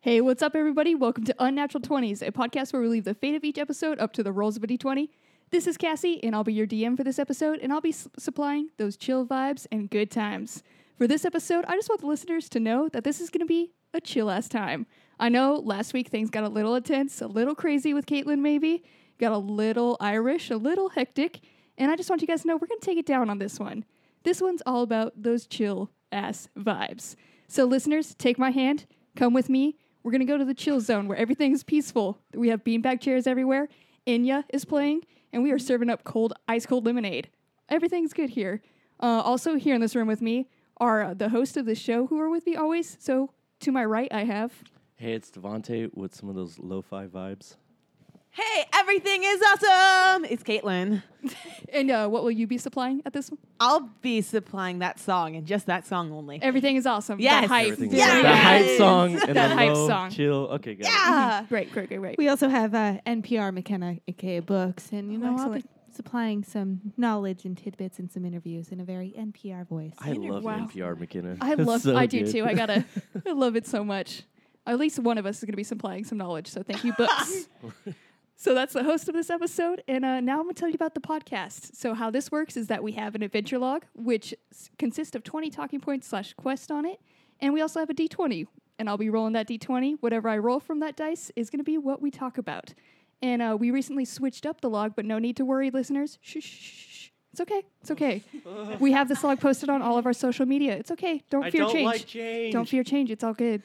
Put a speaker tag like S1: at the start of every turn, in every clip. S1: Hey, what's up, everybody? Welcome to Unnatural 20s, a podcast where we leave the fate of each episode up to the rolls of a d20. This is Cassie, and I'll be your DM for this episode, and I'll be s- supplying those chill vibes and good times. For this episode, I just want the listeners to know that this is going to be a chill ass time. I know last week things got a little intense, a little crazy with Caitlin, maybe, got a little Irish, a little hectic, and I just want you guys to know we're going to take it down on this one. This one's all about those chill ass vibes. So, listeners, take my hand, come with me. We're going to go to the chill zone where everything is peaceful. We have beanbag chairs everywhere. Inya is playing, and we are serving up cold, ice cold lemonade. Everything's good here. Uh, also, here in this room with me are uh, the host of the show who are with me always. So, to my right, I have.
S2: Hey, it's Devonte with some of those lo-fi vibes.
S3: Hey, everything is awesome. It's Caitlin.
S1: And uh, what will you be supplying at this one?
S3: I'll be supplying that song and just that song only.
S1: Everything is awesome. The
S3: Yes.
S1: hype.
S2: Everything
S3: Yeah.
S2: is the hype
S3: Yes.
S2: song and
S1: That
S2: the
S1: hype
S2: low
S1: song.
S2: chill. Okay, got it.
S3: Yeah.
S1: Great, great, great, great.
S4: We also have uh, NPR McKenna, aka Books, and you
S1: Oh,
S4: know I'll be
S1: excellent.
S4: supplying some knowledge and tidbits and some interviews in a very NPR voice.
S2: I love
S1: Wow.
S2: NPR McKinnon.
S1: I
S2: It's
S1: love.
S2: so
S1: I do
S2: good.
S1: too. I gotta. I love it so much. At least one of us is gonna be supplying some knowledge. So thank you, books. so that's the host of this episode, and uh, now I'm gonna tell you about the podcast. So how this works is that we have an adventure log, which s- consists of 20 talking points slash quest on it, and we also have a d20, and I'll be rolling that d20. Whatever I roll from that dice is gonna be what we talk about. And uh, we recently switched up the log, but no need to worry, listeners. Shh, shh, shh, shh. It's okay. It's okay. we have this log posted on all of our social media. It's okay. Don't
S2: I
S1: fear
S2: don't
S1: change.
S2: like change.
S1: Don't fear change. It's all good.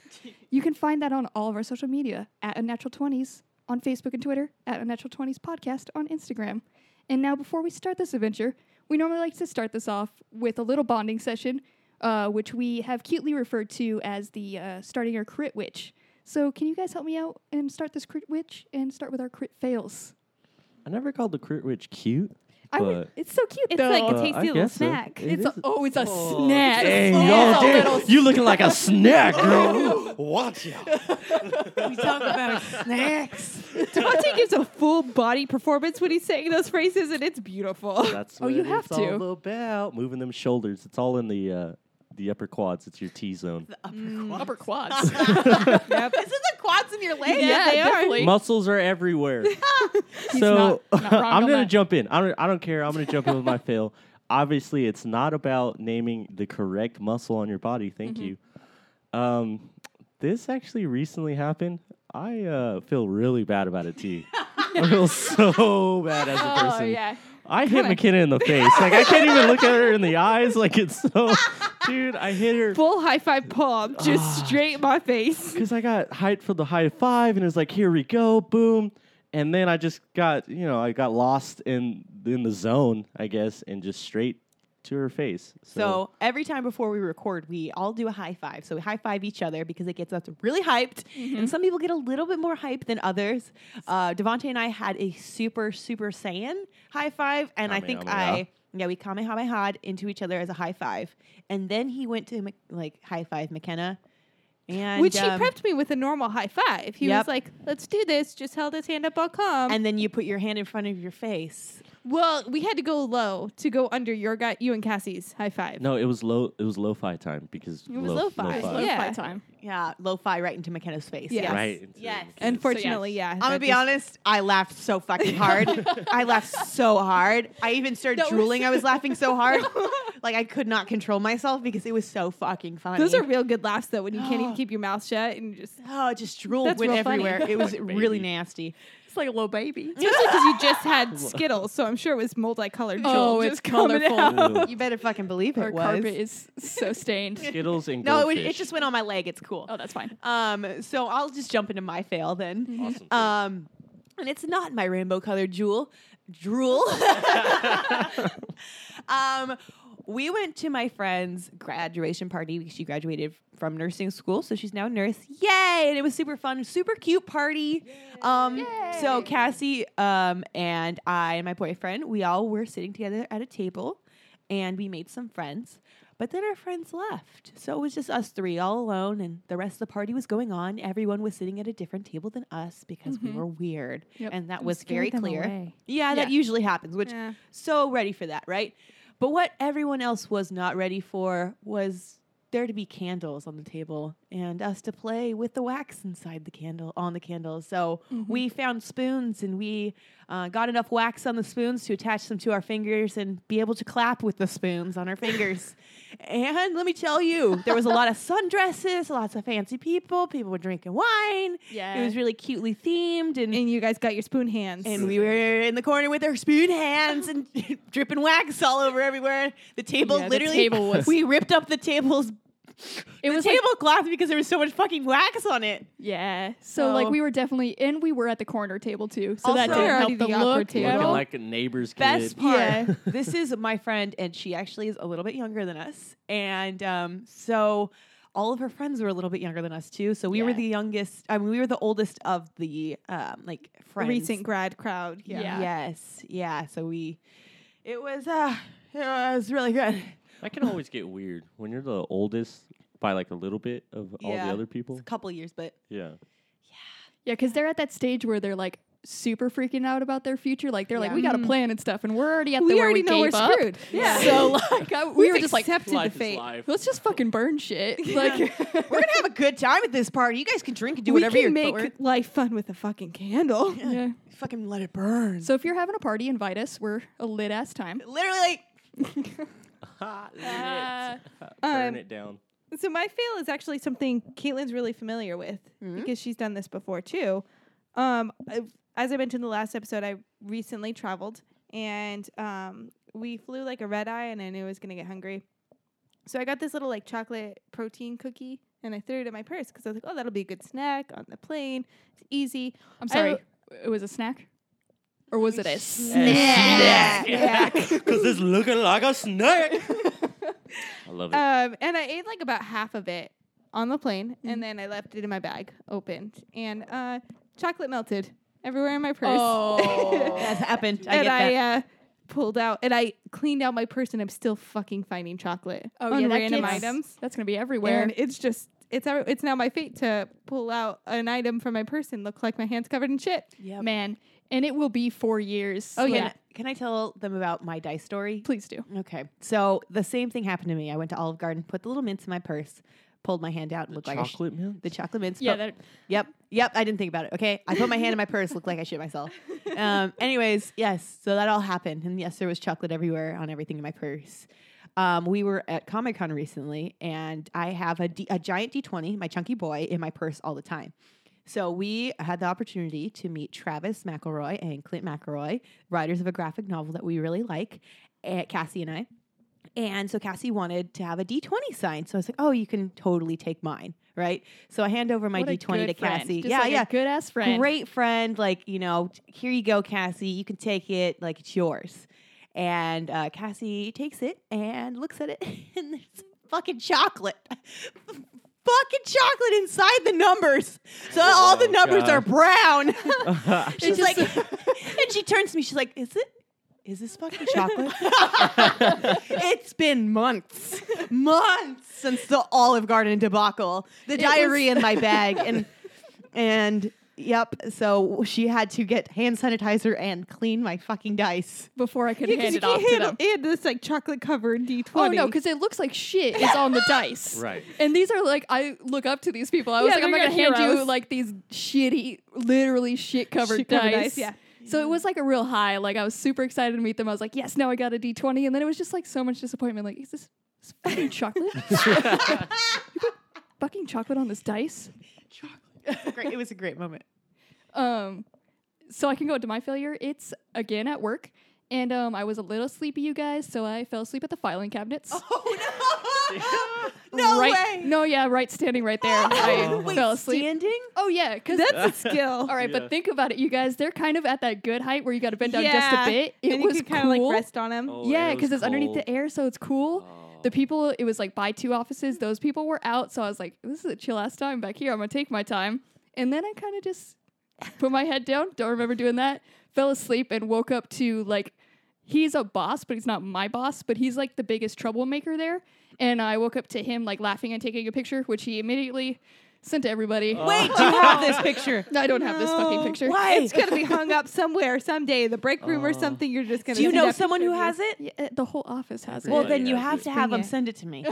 S1: you can find that on all of our social media at Unnatural Twenties on Facebook and Twitter, at Unnatural Twenties Podcast on Instagram. And now, before we start this adventure, we normally like to start this off with a little bonding session, uh, which we have cutely referred to as the uh, starting our crit witch. So, can you guys help me out and start this crit witch and start with our crit fails?
S2: I never called the crit rich cute.
S1: I would,
S2: But-
S1: it's so cute
S4: It's
S1: though.
S4: like a
S2: but uh,
S4: tasty
S2: I
S4: little
S2: guess it-
S4: snack.
S2: it
S1: it's
S2: is
S1: a, oh, it's a
S2: Oh,
S1: snack. It's
S2: dang, y'all,
S1: a
S2: damn,
S1: little
S2: you looking like a snack, girl. Watch out.
S3: we talk about snacks.
S4: Devontae gives a full body performance when he's saying those phrases, and it's beautiful.
S2: That's
S1: Oh,
S2: what
S1: you have
S2: it's
S1: to.
S2: all about. Moving them shoulders. It's all in the uh, the upper quads. It's your T zone.
S1: upper quads.
S4: Yep.
S3: This is the quads in your leg.
S1: Yeah, they are. definitely.
S2: Muscles are everywhere.
S1: He's
S2: so
S1: not- not wrong
S2: I'm
S1: on
S2: gonna
S1: that.
S2: jump in. I don't, I don't care. I'm gonna jump in with my fail. Obviously, it's not about naming the correct muscle on your body. Thank
S1: Mm-hmm.
S2: you. Um, this actually recently happened. I uh, feel really bad about it too. I feel so bad as a person.
S1: Oh, yeah.
S2: I hit McKenna in the face. Like I can't even look at her in the eyes. Like it's so, dude. I hit her
S4: Full high five palm,
S2: Ah.
S4: just straight in my face.
S2: because I got hyped for the high five, and it was like, here we go, boom. And then I just got, you know, I got lost in in the zone, I guess, and just straight to her face. So,
S3: So every time before we record, we all do a high five. So we high five each other because it gets us really hyped.
S4: Mm-hmm.
S3: And some people get a little bit more hype than others. Uh, Devontae and I had a super, super Saiyan high five. And I think
S2: Kamehameha.
S3: I, yeah, we Kamehameha into each other as a high five. And then he went to Mc- like high five McKenna. And,
S4: Which he
S3: um,
S4: prepped me with a normal high five. He
S3: Yep.
S4: was like, "Let's do this." Just held his hand up. I'll come.
S3: And then you put your hand in front of your face.
S4: well, we had to go low to go under your guy, you and Cassie's high five.
S2: no, it was low. It was lo-fi time because it
S4: was lo-fi.
S1: Slow
S4: Yeah.
S1: fight time.
S3: Yeah, lo fi right into McKenna's face.
S4: Yeah.
S3: Yes.
S2: Right. into
S3: Yes.
S2: McKenna's-
S4: Unfortunately, yeah.
S3: I'm gonna be honest. I laughed so fucking hard. I laughed so hard. I even started
S4: That was-
S3: drooling. I was laughing so hard, like I could not control myself because it was so fucking funny.
S4: Those are real good laughs though when you can't even keep your mouth shut and you just
S3: oh, just drool
S4: That's
S3: went
S4: real funny.
S3: everywhere. It was
S2: Like
S3: really
S2: baby.
S3: nasty.
S1: It's like a little baby.
S4: especially because you just had Skittles, so I'm sure it was multicolored.
S1: Oh,
S4: jewel
S1: it's
S4: just coming
S1: colorful.
S4: out.
S2: Ew.
S3: You better fucking believe it
S1: Our
S3: was.
S1: carpet is so stained.
S2: Skittles and
S3: no, it, was,
S2: goldfish.
S3: it just went on my leg. It's cool.
S1: oh, that's fine.
S3: Um, so I'll just jump into my fail then.
S2: awesome.
S3: Um, and it's not my rainbow colored jewel, drool. um, we went to my friend's graduation party. She graduated from nursing school, so she's now a nurse. Yay! And it was super fun, super cute party. Um, so Cassie um, and I and my boyfriend, we all were sitting together at a table, and we made some friends. But then our friends left. So it was just us three all alone, and the rest of the party was going on. Everyone was sitting at a different table than us because we were weird.
S1: Yep.
S3: And that
S4: You
S3: was
S4: Mm-hmm. scared
S3: very
S4: them
S3: clear.
S4: away.
S3: Yeah, that
S1: Yeah.
S3: usually happens, which
S4: Yeah.
S3: so ready for that, right? But what everyone else was not ready for was there to be candles on the table and us to play with the wax inside the candle on the candles. So we found spoons and we uh, got enough wax on the spoons to attach them to our fingers and be able to clap with the spoons on our fingers. and let me tell you, there was a lot of sundresses, lots of fancy people. People were drinking wine. It
S1: Yeah.
S3: was really cutely themed and.
S4: And you guys got your spoon hands.
S3: and we were in the corner with our spoon hands and dripping wax all over everywhere. The table
S1: Yeah, the
S3: literally
S1: table was-
S3: we ripped up the table's
S1: It
S3: the
S1: was like-
S3: tablecloth because there was so much fucking wax on it.
S1: Yeah. So, like
S3: So-
S1: we were definitely and we were at the corner table too. So that
S3: Also-
S1: didn't
S4: Already
S1: help the,
S4: the awkward
S1: look.
S4: table.
S1: at
S2: Looking
S1: all.
S2: like a neighbor's
S3: Best
S2: kid.
S3: part.
S1: Yeah.
S3: this is my friend, and she actually is a little bit younger than us, and um, so all of her friends were a little bit younger than us too. So we were
S1: Yeah.
S3: the youngest. I mean, we were the oldest of the um, like friends.
S4: recent grad crowd. Yeah.
S1: Yeah.
S3: Yes. Yeah. So we. It was. Uh, it was really good.
S2: That can always get weird when you're the oldest by like a little bit of all
S3: Yeah.
S2: the other
S3: It's
S2: people.
S3: a couple years, but
S2: Yeah.
S1: Yeah, because they're at that stage where they're like super freaking out about their future. Like they're like,
S3: Yeah.
S1: we got a plan and stuff, and we're already at the
S4: Mm. We
S1: where
S4: already
S1: we
S4: know we're
S1: gave up.
S4: screwed.
S1: Yeah.
S3: Yeah.
S1: So like, I, we
S4: We've
S1: were just like,
S4: accepted the fate.
S1: let's just fucking burn shit. Like,
S3: we're gonna have a good time at this party. You guys can drink and do
S4: we
S3: whatever
S4: can
S3: you're
S4: make
S3: but we're-
S4: life fun with a fucking candle.
S1: yeah.
S3: Fucking let it burn.
S1: So if you're having a party, invite us. We're a lit ass time.
S3: Literally, like
S2: Hot lit.
S1: Uh,
S2: Burn
S4: Um,
S2: it down.
S4: So my fail is actually something Caitlin's really familiar with because she's done this before too. Um, I- as I mentioned in the last episode, I recently traveled and um, we flew like a red eye, and I knew I was gonna get hungry, so I got this little like chocolate protein cookie and I threw it in my purse because I was like, oh, that'll be a good snack on the plane. It's easy.
S1: I'm sorry,
S4: I-
S1: oh, it was a snack, or was it a
S4: Snack.
S2: Because it's looking like a snack. I love it.
S3: Uh,
S4: Um, and I ate like about half of it on the plane, and then I left it in my bag, opened, and uh, chocolate melted everywhere in my purse.
S3: that's happened. I
S4: and
S3: get
S4: I
S3: that.
S4: uh, pulled out and I cleaned out my purse, and I'm still fucking finding chocolate
S1: Oh
S4: on
S1: yeah, that
S4: random
S1: kid's-
S4: items.
S1: That's gonna be everywhere.
S4: And it's just it's ever- it's now my fate to pull out an item from my purse and look like my hands covered in shit.
S3: Yep.
S1: Man, and it will be four years.
S4: Oh,
S1: Like,
S4: yeah.
S3: Can I tell them about my dice story?
S1: please do.
S3: Okay. So the same thing happened to me. I went to Olive Garden, put the little mints in my purse, pulled my hand out, and looked like I sh-
S2: Chocolate milk.
S3: the chocolate mints.
S1: Yeah,
S3: but-
S1: that,
S3: Yep. Yep. I didn't think about it. Okay. I put my hand in my purse, looked like I shit myself. Um, anyways, yes. So that all happened. And yes, there was chocolate everywhere on everything in my purse. Um, we were at Comic Con recently, and I have a, D- a giant D20, my chunky boy, in my purse all the time. So we had the opportunity to meet Travis McElroy and Clint McElroy, writers of a graphic novel that we really like, eh, Cassie and I. And so Cassie wanted to have a D20 sign. So I was like, oh, you can totally take mine, right? So I hand over my
S1: what a
S3: D20 to
S1: good friend.
S3: Cassie.
S1: Just like a good ass friend.
S3: Great friend. Like, you know, t- here you go, Cassie. You can take it. Like, it's yours. And uh, Cassie takes it and looks at it, and there's fucking chocolate. fucking chocolate inside the numbers. So all the
S2: Oh,
S3: numbers
S2: God.
S3: are brown. she's
S1: Just-
S3: like, and she turns to me. She's like, is it? Is this fucking chocolate? it's been months, months since the Olive Garden debacle, the diarrhea in my bag, and and yep. So she had to get hand sanitizer and clean my fucking dice.
S1: Before I could
S4: Yeah, 'cause
S1: hand
S4: you
S1: it off
S4: can't
S1: to
S4: handle
S1: them.
S4: and this like chocolate covered D20.
S1: Oh no, because it looks like shit is on the dice.
S2: Right.
S1: And these are like I look up to these people. I was
S4: Yeah,
S1: like, I'm not
S4: they're
S1: gonna
S4: your
S1: hand you
S4: heroes.
S1: like these shitty, literally shit covered
S4: Shit-covered
S1: dice.
S4: dice, yeah.
S1: So it was like a real high. Like I was super excited to meet them. I was like, yes, now I got a D20. And then it was just like so much disappointment. Like, is this, is fucking chocolate? you put fucking chocolate on this dice?
S3: Great. It was a great moment.
S1: Um, so I can go into my failure. It's again at work, and um, I was a little sleepy, you guys. So I fell asleep at the filing cabinets.
S3: Oh no! no
S1: right,
S3: way.
S1: No, yeah, right, standing right there. I
S3: Wait,
S1: fell asleep.
S3: Standing?
S1: oh yeah, because
S4: that's a skill.
S1: all right.
S2: Yeah.
S1: But think about it, you guys. They're kind of at that good height where you got to bend down just
S4: Yeah.
S1: a bit. It
S4: and
S1: was
S4: you could
S1: cool.
S4: kind of like rest on him.
S2: Oh,
S1: yeah,
S2: and it was
S1: because it's underneath the
S2: cold.
S1: air, so it's cool. The people, it was like by two offices. Those people were out, so I was like, "This is a chill ass time back here. I'm gonna take my time." And then I kind of just put my head down. Don't remember doing that. Fell asleep and woke up to like, he's a boss, but he's not my boss, but he's like the biggest troublemaker there. And I woke up to him like laughing and taking a picture, which he immediately sent to everybody.
S4: Wait, do you have this picture?
S1: I don't have this fucking
S3: No.
S1: picture.
S3: Why?
S4: It's gonna be hung up somewhere someday in the break room or something. You're just gonna.
S3: Do you
S4: see
S3: know
S4: that
S3: someone who
S4: picture.
S3: has it?
S1: Yeah, the whole office has it.
S3: Well,
S2: Everybody
S3: then you
S2: has
S3: have
S2: it.
S3: to have
S4: Bring
S3: them
S4: it.
S3: send it to me.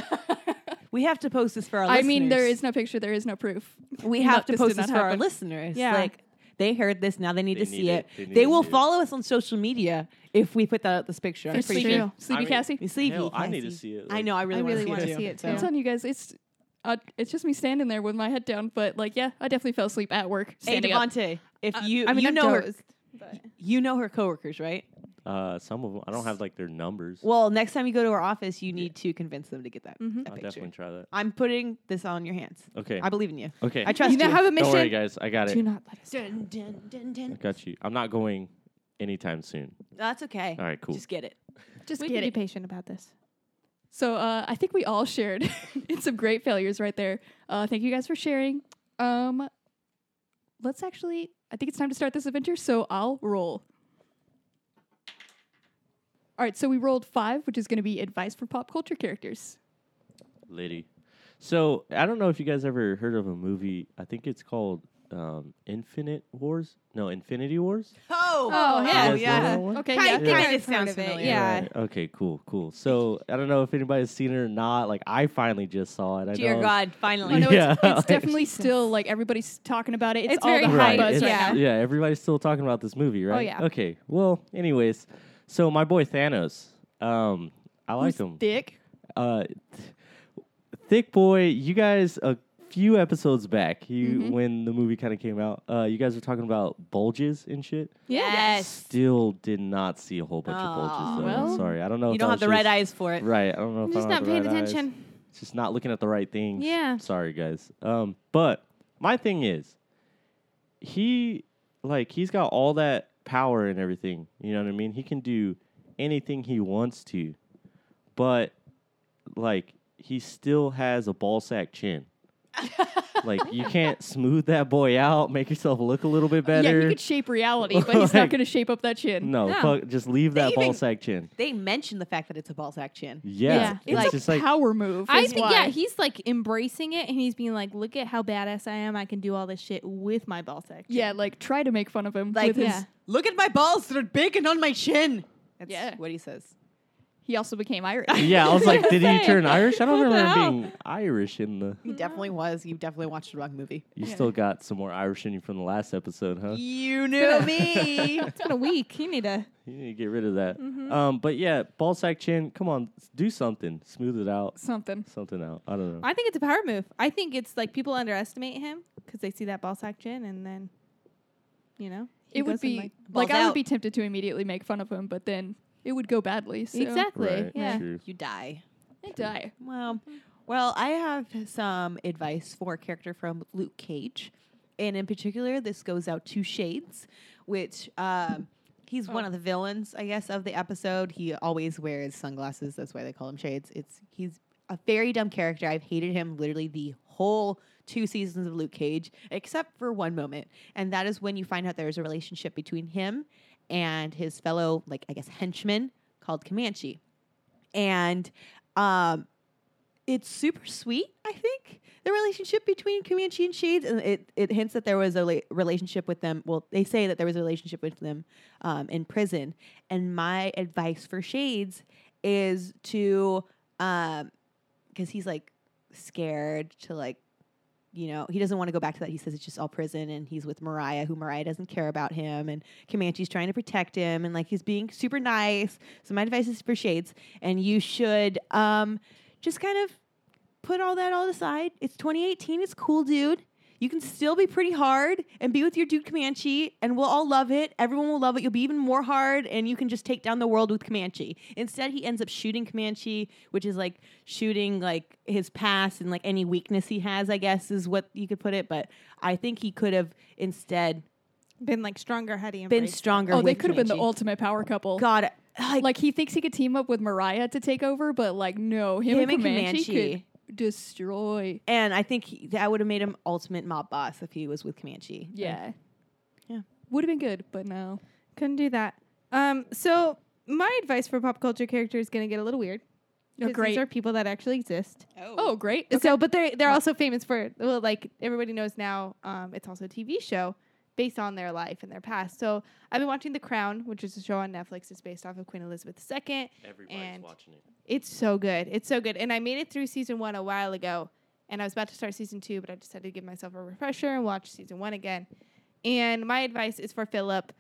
S3: We have to post this for our
S1: I
S3: listeners.
S1: mean, there is no picture, there is no proof.
S3: We have
S1: not-
S3: to
S1: this
S3: post
S1: did not
S3: this for our
S1: happen.
S3: listeners.
S4: Yeah.
S3: Like they heard this, now they need
S2: They
S3: to
S2: need
S3: see
S2: it.
S3: it.
S2: They
S3: They,
S2: need to
S3: will
S2: see it.
S3: follow us on social media if we put that out this picture. I'm
S1: For
S3: pretty
S1: Sleepy,
S3: sure.
S1: Sleepy
S2: I mean-
S1: Cassie.
S3: You sleepy.
S2: Hell, I need to
S3: Cassie.
S2: see it,
S3: I
S2: like-
S3: know. I really,
S4: I really
S3: want
S4: wanna
S3: to
S4: see it,
S3: so.
S1: I'm
S4: too.
S1: telling you guys, it's uh, it's just me standing there with my head down. But like, yeah, I definitely fell asleep at work.
S3: Hey,
S1: Standing up.
S3: Devonte, if
S1: Uh,
S3: you
S4: I mean,
S3: you
S4: I've
S3: know her,
S4: dozed, but-
S3: you know her coworkers, right?
S2: Uh, some of them. I don't have like their numbers.
S3: Well, next time you go to her office, you need to convince them to get that,
S1: Mm-hmm.
S4: Mhm.
S3: that
S2: I'll
S3: picture.
S2: definitely try that.
S3: I'm putting this on your hands.
S2: Okay.
S3: I believe in you.
S2: okay.
S3: I trust you.
S4: now have a
S2: don't
S4: mission.
S2: worry, guys. I got
S4: Do
S2: it.
S4: not let us.
S3: Dun, dun, dun,
S2: I
S3: dun.
S2: got you. I'm not going anytime soon.
S3: That's okay.
S2: All right. Cool.
S3: Just get it.
S1: Just
S4: we
S1: get
S4: can be
S1: it.
S4: patient about this.
S1: So uh, I think we all shared in some great failures right there. Uh, thank you guys for sharing. Um, let's actually, I think it's time to start this adventure. So I'll roll. All right, so we rolled five, which is going to be advice for pop culture characters.
S2: Liddy. So I don't know if you guys ever heard of a movie. I think it's called um, Infinite Wars. No, Infinity Wars.
S3: Oh,
S4: Oh,
S2: You
S4: yeah.
S2: guys know
S4: yeah.
S2: that one?
S1: Okay,
S4: Kind-
S1: yeah.
S2: think
S4: kind
S3: I've
S4: of
S3: heard
S4: sounds
S3: of it,
S4: familiar.
S2: Right. Okay. Cool. Cool. So I don't know if anybody's seen it or not. Like I finally just saw it. I
S3: Dear
S2: know
S3: God,
S1: Oh,
S3: finally.
S1: no,
S2: Yeah,
S1: it's, it's
S2: like-
S1: definitely still like everybody's talking about it. It's,
S4: It's
S1: all
S4: very
S1: the
S4: high
S1: hype buzz
S2: it's-
S1: right
S4: yeah.
S1: now.
S2: yeah. Everybody's still talking about this movie, right?
S4: yeah.
S2: Okay. Well, anyways, so my boy Thanos. Um, I like
S1: Who's
S2: him.
S1: thick?
S2: uh, th- thick boy. You guys a few episodes back, you when the movie kind of came out, uh, you guys were talking about bulges and shit.
S3: Yes.
S2: Still did not see a whole bunch of
S3: Aw.
S2: bulges. Though.
S1: Well,
S2: I'm sorry, I don't know.
S3: You
S2: if
S3: don't
S2: I
S3: have
S2: was
S3: the right
S2: just-
S3: eyes for it.
S2: Right, I don't know.
S4: I'm
S2: if
S4: just
S2: I don't
S4: not
S2: have
S4: paying
S2: the right eyes.
S4: attention.
S2: It's just not looking at the right things.
S4: Yeah.
S2: Sorry, guys. Um, but my thing is, he like he's got all that power and everything. You know what I mean? He can do anything he wants to, but like he still has a ball sack chin. like you can't smooth that boy out, make yourself look a little bit better.
S1: Yeah, he could shape reality, but he's not
S2: Like-
S1: going to shape up that chin.
S2: no,
S4: No.
S2: Fuck, just leave that ball
S3: even-
S2: sack chin.
S3: They mentioned the fact that it's a ball sack chin.
S2: Yeah,
S4: Yeah.
S1: It's
S2: like,
S1: a
S2: just like
S1: power move.
S4: I
S1: is
S4: think
S1: why.
S4: yeah, he's like embracing it, and he's being like, "Look at how badass I am! I can do all this shit with my ball sack."
S1: yeah, like try to make fun of him.
S3: Like,
S1: with his-
S4: yeah.
S3: look at my balls; they're big and on my chin. That's
S1: Yeah.
S3: what he says.
S1: he also became Irish.
S2: Yeah, I was like, did he turn Irish? I don't
S4: What the
S2: remember him
S4: hell?
S2: being Irish in the.
S3: He definitely was. You definitely watched the wrong movie.
S2: You still got some more Irish in you from the last episode, huh?
S3: You knew me.
S4: it's been a week. You need a
S2: You need to get rid of that. Um, but yeah, ball sack chin. Come on, s- do something. Smooth it out.
S1: Something.
S2: Something out. I don't know.
S4: I think it's a power move. I think it's like people underestimate him because they see that ball sack chin, and then, you know, he
S1: It would
S4: goes and,
S1: be
S4: like,
S1: like,
S3: balls
S1: I
S3: out.
S1: would be tempted to immediately make fun of him, but then it would go badly. So
S4: exactly.
S2: right.
S4: Yeah.
S2: True.
S3: you die.
S1: I die.
S3: Well, well, I have some advice for a character from Luke Cage, and in particular, this goes out to Shades, which um, he's one of the villains, I guess, of the episode. He always wears sunglasses. That's why they call him Shades. It's he's a very dumb character. I've hated him literally the whole two seasons of Luke Cage, except for one moment, and that is when you find out there is a relationship between him and his fellow, like I guess, henchman called Comanche and um, it's super sweet. I think the relationship between Comanche and Shades, and it, it hints that there was a la- relationship with them. Well, they say that there was a relationship with them um, in prison. And my advice for Shades is to, because he's like scared to like you know, he doesn't want to go back to that. He says it's just all prison and he's with Mariah, who Mariah doesn't care about him. And Comanche's trying to protect him and like he's being super nice. So, my advice is for Shades, and you should um, just kind of put all that all aside. It's 2018, it's cool, dude. You can still be pretty hard and be with your dude Comanche, and we'll all love it. Everyone will love it. You'll be even more hard, and you can just take down the world with Comanche. Instead, he ends up shooting Comanche, which is like shooting like his past and like any weakness he has, I guess, is what you could put it. But I think he could have instead
S4: been like stronger. How do you
S3: been
S4: embrace it?
S3: stronger.
S1: Oh, they
S3: with
S1: could have been the
S3: Comanche.
S1: ultimate power couple.
S3: God. Like,
S1: Like he thinks he could team up with Mariah to take over, but like no, him,
S3: Him
S1: and
S3: and
S1: Comanche,
S3: Comanche.
S1: could destroy.
S3: and I think he, that would have made him ultimate mob boss if he was with Comanche.
S1: Yeah,
S3: Yeah.
S1: would have been good, but no.
S4: Couldn't do that. Um, so my advice for pop culture character is going to get a little weird.
S1: Oh,
S4: 'cause
S1: great.
S4: These are people that actually exist.
S1: Oh, great.
S4: So, but they're they're also famous for well, like everybody knows now. Um, it's also a TV show, based on their life and their past. So I've been watching The Crown, which is a show on Netflix. It's based off of Queen Elizabeth II.
S2: Everybody's
S4: And-
S2: watching it.
S4: It's so good. It's so good. And I made it through season one a while ago, and I was about to start season two, but I decided to give myself a refresher and watch season one again. And my advice is for Philip.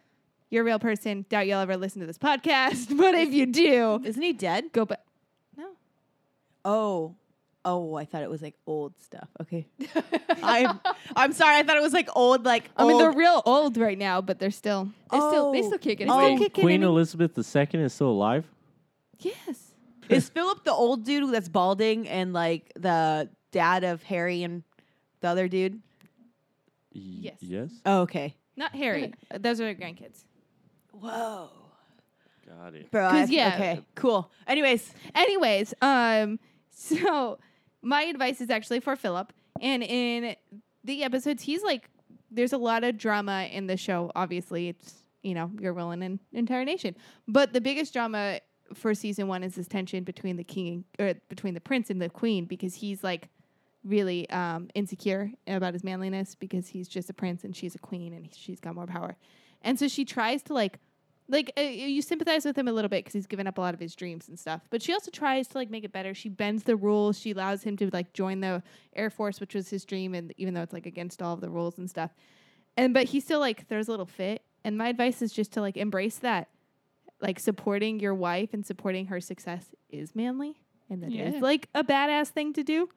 S4: You're a real person. Doubt you'll ever listen to this podcast, but if you do,
S3: Isn't he dead?
S4: go back.
S3: Oh. Oh, I thought it was like old stuff. Okay. I'm I'm sorry. I thought it was like old like
S4: I mean, they're
S3: old-
S4: real old right now, but they're still
S1: They still they
S3: Oh.
S1: still kick it.
S3: Oh,
S2: Wait,
S1: It's
S3: kick it
S2: Queen
S3: in-
S2: Elizabeth II is still alive?
S4: yes.
S3: Is Philip the old dude that's balding and like the dad of Harry and the other dude?
S2: Y-
S4: Yes.
S2: Yes.
S3: Oh, okay.
S4: Not Harry. Those are their grandkids.
S3: Whoa.
S2: Got it.
S3: Bro,
S4: 'Cause,
S3: I-
S4: yeah.
S3: okay. Cool. Anyways,
S4: Anyways, um, so my advice is actually for Philip, and in the episodes, he's like, there's a lot of drama in the show. Obviously, it's you know you're ruling an entire nation, but the biggest drama for season one is this tension between the king or between the prince and the queen because he's like really um, insecure about his manliness because he's just a prince and she's a queen and she's got more power, and so she tries to like like uh, you sympathize with him a little bit because he's given up a lot of his dreams and stuff but she also tries to like make it better she bends the rules she allows him to like join the air force which was his dream and even though it's like against all of the rules and stuff and but he still like throws a little fit and my advice is just to like embrace that like supporting your wife and supporting her success is manly and that is
S1: Yeah.
S4: like a badass thing to do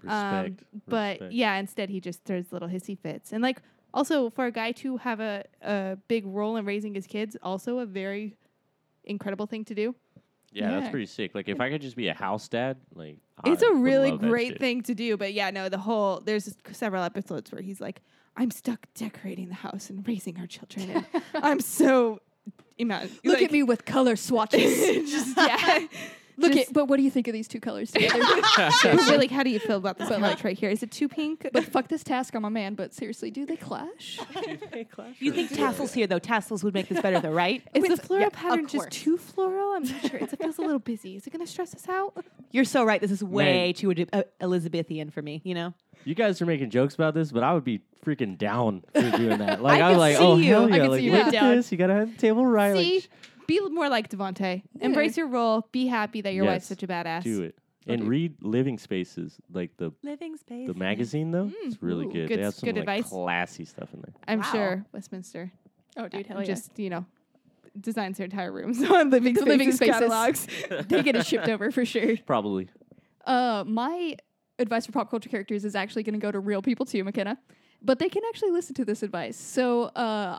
S2: Respect.
S4: Um, but
S2: Respect.
S4: yeah, instead he just throws little hissy fits. And like also for a guy to have a, a big role in raising his kids, also a very incredible thing to do.
S2: Yeah, that's
S1: Yeah.
S2: pretty sick. Like, if I could just be a house dad, like,
S4: it's
S2: I
S4: a
S2: would
S4: really
S2: love that
S4: great
S2: shit.
S4: thing to do. But yeah, no, the whole there's several episodes where he's like, I'm stuck decorating the house and raising our children and I'm so ima-
S1: Look
S4: like-
S1: at me with color swatches.
S4: just yeah.
S1: Look
S4: Just-
S1: at but what do you think of these two colors together?
S4: We're like, how do you feel about this
S1: But,
S4: couch
S1: like-
S4: right here? Is it too pink?
S1: but fuck this task, I'm a man. But seriously, do they clash?
S3: you think tassels here though? Tassels would make this better though, right?
S4: Is
S1: With-
S4: the floral
S1: yeah, of
S4: pattern just
S1: course.
S4: too floral? I'm not sure. It's, it feels a little busy. Is it going to stress us out?
S3: You're so right. This is way too uh, Elizabethan for me. You know.
S2: You guys are making jokes about this, but I would be freaking down for doing that. Like, I
S3: can
S2: was like,
S3: see
S2: oh,
S3: you.
S2: hell
S1: I
S2: yeah.
S1: can
S2: like,
S1: see you
S2: look
S1: being
S2: at
S1: down.
S2: this. You got to have the table right. Like,
S4: See,
S2: sh-
S4: be more like Devonte. Embrace your role. Be happy that your wife's
S2: Yes.
S4: such a badass.
S2: do it. And read Living Spaces, like the
S3: Living space.
S2: the magazine, though. It's really
S1: Ooh,
S2: good.
S4: good
S2: They have
S4: s-
S2: some
S4: good
S2: like,
S4: advice.
S2: classy stuff in there.
S4: I'm
S3: Wow.
S4: sure Westminster
S1: Oh, dude, hell yeah.
S4: Uh, just you know designs her entire rooms on living spaces, living
S1: spaces.
S4: catalogs.
S1: they get it shipped over for sure.
S2: Probably.
S1: Uh, my advice for pop culture characters is actually going to go to real people too, McKenna. But they can actually listen to this advice. So uh,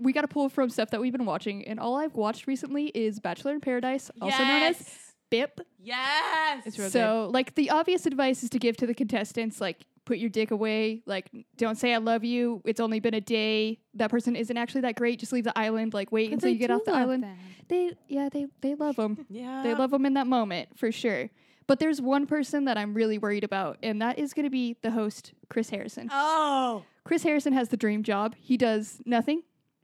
S1: we got to pull from stuff that we've been watching, and all I've watched recently is Bachelor in Paradise, also known as BIP.
S3: Yes.
S4: It's real
S1: so, like, the obvious advice is to give to the contestants, like, put your dick away. Like, don't say I love you. It's only been a day. That person isn't actually that great. Just leave the island. Like, wait until you get off the island. They, yeah, they they love them.
S3: Yeah.
S4: Uh.
S1: They love him in that moment for sure. But there's one person that I'm really worried about, and that is going to be the host, Chris Harrison.
S3: Oh.
S1: Chris Harrison has the dream job. He does nothing,